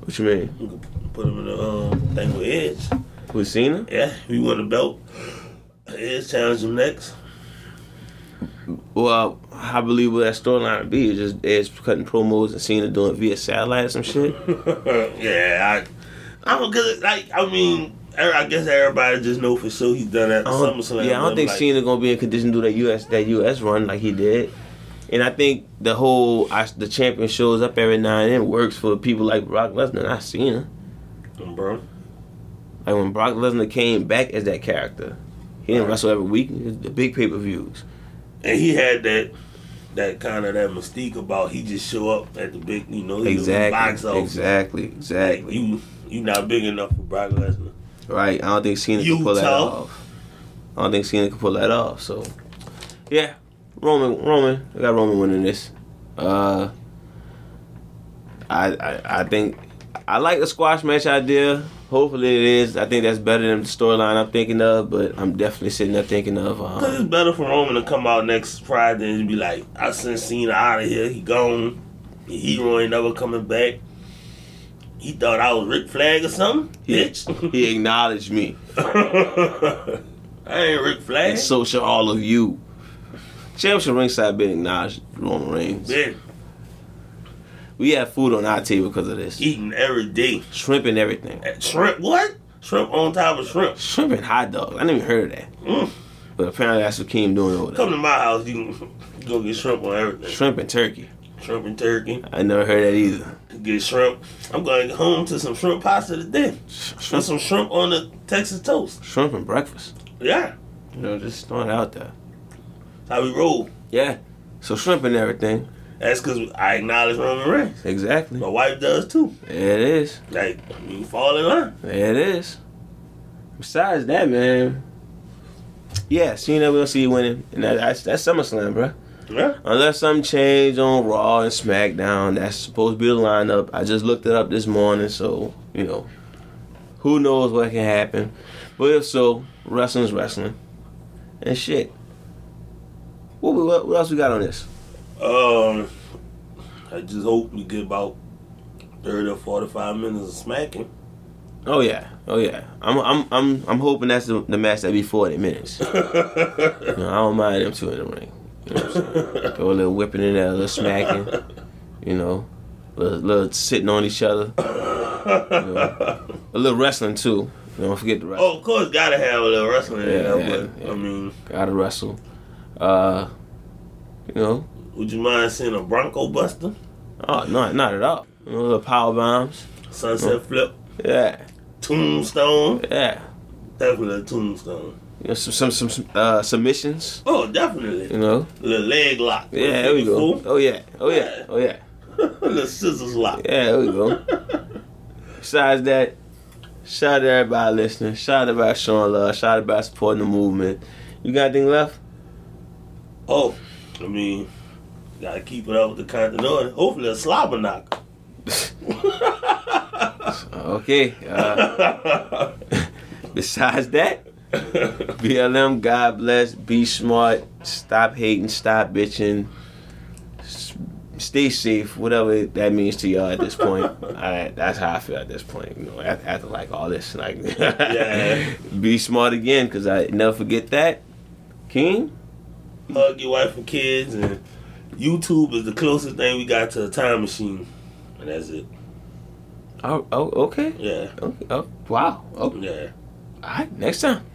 Speaker 1: What you mean?
Speaker 2: You can put him in the um, thing with Edge.
Speaker 1: With Cena?
Speaker 2: Yeah, if you want a belt, Edge challenge him next.
Speaker 1: Well, how believable that storyline would be? It's just Edge cutting promos and Cena doing it via satellite or some shit.
Speaker 2: yeah, I, I'm a good. Like, I mean, er- I guess everybody just know for sure he's done after
Speaker 1: I don't-
Speaker 2: SummerSlam.
Speaker 1: yeah, I don't
Speaker 2: I'm
Speaker 1: think
Speaker 2: like,
Speaker 1: Cena gonna be in condition to do that US that US run like he did. And I think the whole I, the champion shows up every now and then works for people like Brock Lesnar, not Cena.
Speaker 2: bro.
Speaker 1: Like when Brock Lesnar came back as that character, he didn't
Speaker 2: Right.
Speaker 1: wrestle every week. It was The big pay per views.
Speaker 2: And he had that. That kind of that mystique about he just show up at the big, you know, he exactly. box
Speaker 1: Exactly,
Speaker 2: office.
Speaker 1: exactly, exactly.
Speaker 2: You you not big enough for Brock Lesnar.
Speaker 1: Right. I don't think Cena can pull that
Speaker 2: Utah.
Speaker 1: off. I don't think Cena can pull that off. So, yeah, Roman, Roman, I got Roman winning this. Uh, I, I, I think I like the squash match idea. Hopefully it is. I think that's better than the storyline I'm thinking of, but I'm definitely sitting there thinking of.
Speaker 2: Cause
Speaker 1: Um,
Speaker 2: it's better for Roman to come out next Friday and be like, I sent Cena out of here. He gone. The hero ain't never coming back. He thought I was Ric Flag or something,
Speaker 1: he,
Speaker 2: bitch.
Speaker 1: he acknowledged me.
Speaker 2: I ain't Ric Flag.
Speaker 1: And so should all of you. Championship ringside been acknowledged Roman Reigns.
Speaker 2: Been
Speaker 1: We had food on our table because of this.
Speaker 2: eating every day.
Speaker 1: Shrimp and everything.
Speaker 2: That Shrimp, what? Shrimp on top of shrimp.
Speaker 1: Shrimp and hot dogs. I never even heard of that.
Speaker 2: Mm.
Speaker 1: But apparently that's what Keem doing over there.
Speaker 2: Come to my house, you can go get shrimp on everything.
Speaker 1: Shrimp and turkey.
Speaker 2: Shrimp and turkey.
Speaker 1: I never heard that either.
Speaker 2: Get shrimp. I'm going home to some shrimp pasta today. Put
Speaker 1: Shrimp,
Speaker 2: some shrimp on the Texas toast.
Speaker 1: shrimp and breakfast.
Speaker 2: Yeah,
Speaker 1: You know, just throwing it out there.
Speaker 2: that's how we roll.
Speaker 1: Yeah. So shrimp and everything.
Speaker 2: That's because I acknowledge Roman Reigns.
Speaker 1: Exactly.
Speaker 2: My wife does too.
Speaker 1: There it is.
Speaker 2: Like, you fall in line.
Speaker 1: There it is. Besides that, man. Yeah, Cena we'll see winning. And that, that's, that's SummerSlam, bro.
Speaker 2: Yeah.
Speaker 1: Unless something changed on Raw and SmackDown, that's supposed to be the lineup. I just looked it up this morning, so you know, who knows what can happen. But if so, wrestling's wrestling, and shit. What we- what, what else we got on this?
Speaker 2: Um, I just hope we get about 30 or 45 minutes of smacking.
Speaker 1: Oh yeah, oh yeah. I'm I'm I'm I'm hoping that's the, the match that be 40 minutes. You know, I don't mind them two in the ring. You know what I'm saying? Throw a little whipping in there, a little smacking. You know, a little, little sitting on each other. A little wrestling too. You know, don't forget the wrestling.
Speaker 2: Oh, of course, gotta have a little wrestling in
Speaker 1: Yeah,
Speaker 2: there,
Speaker 1: yeah,
Speaker 2: but
Speaker 1: yeah.
Speaker 2: I mean,
Speaker 1: Gotta wrestle. Uh, you know,
Speaker 2: Would you mind seeing a Bronco Buster?
Speaker 1: oh no, not at all. You know, the power bombs.
Speaker 2: Sunset Flip?
Speaker 1: Yeah,
Speaker 2: Tombstone?
Speaker 1: yeah.
Speaker 2: Definitely a tombstone.
Speaker 1: You know, some some some, some uh, submissions.
Speaker 2: Oh, definitely.
Speaker 1: You know.
Speaker 2: Little leg lock.
Speaker 1: Yeah, there we go. Oh yeah, oh yeah, oh yeah.
Speaker 2: Little scissors lock.
Speaker 1: Yeah, there we go. Besides that, shout out to everybody listening. Shout out about showing love. Shout out about supporting the movement. You got anything left?
Speaker 2: Oh, I mean, gotta keep it up with the continuity. Hopefully, a slobber knocker.
Speaker 1: Okay. Uh, besides that, BLM, God bless, be smart, stop hating, stop bitching, S- stay safe, whatever that means to y'all at this point. I, that's how I feel at this point. You know, after, after like all this, like,
Speaker 2: Yeah.
Speaker 1: be smart again, cause I never forget that. King,
Speaker 2: Hug your wife and kids, and YouTube is the closest thing we got to a time machine. And that's it.
Speaker 1: oh, oh okay.
Speaker 2: Yeah.
Speaker 1: Okay. Oh, wow. Oh,
Speaker 2: Yeah.
Speaker 1: all right. Next time.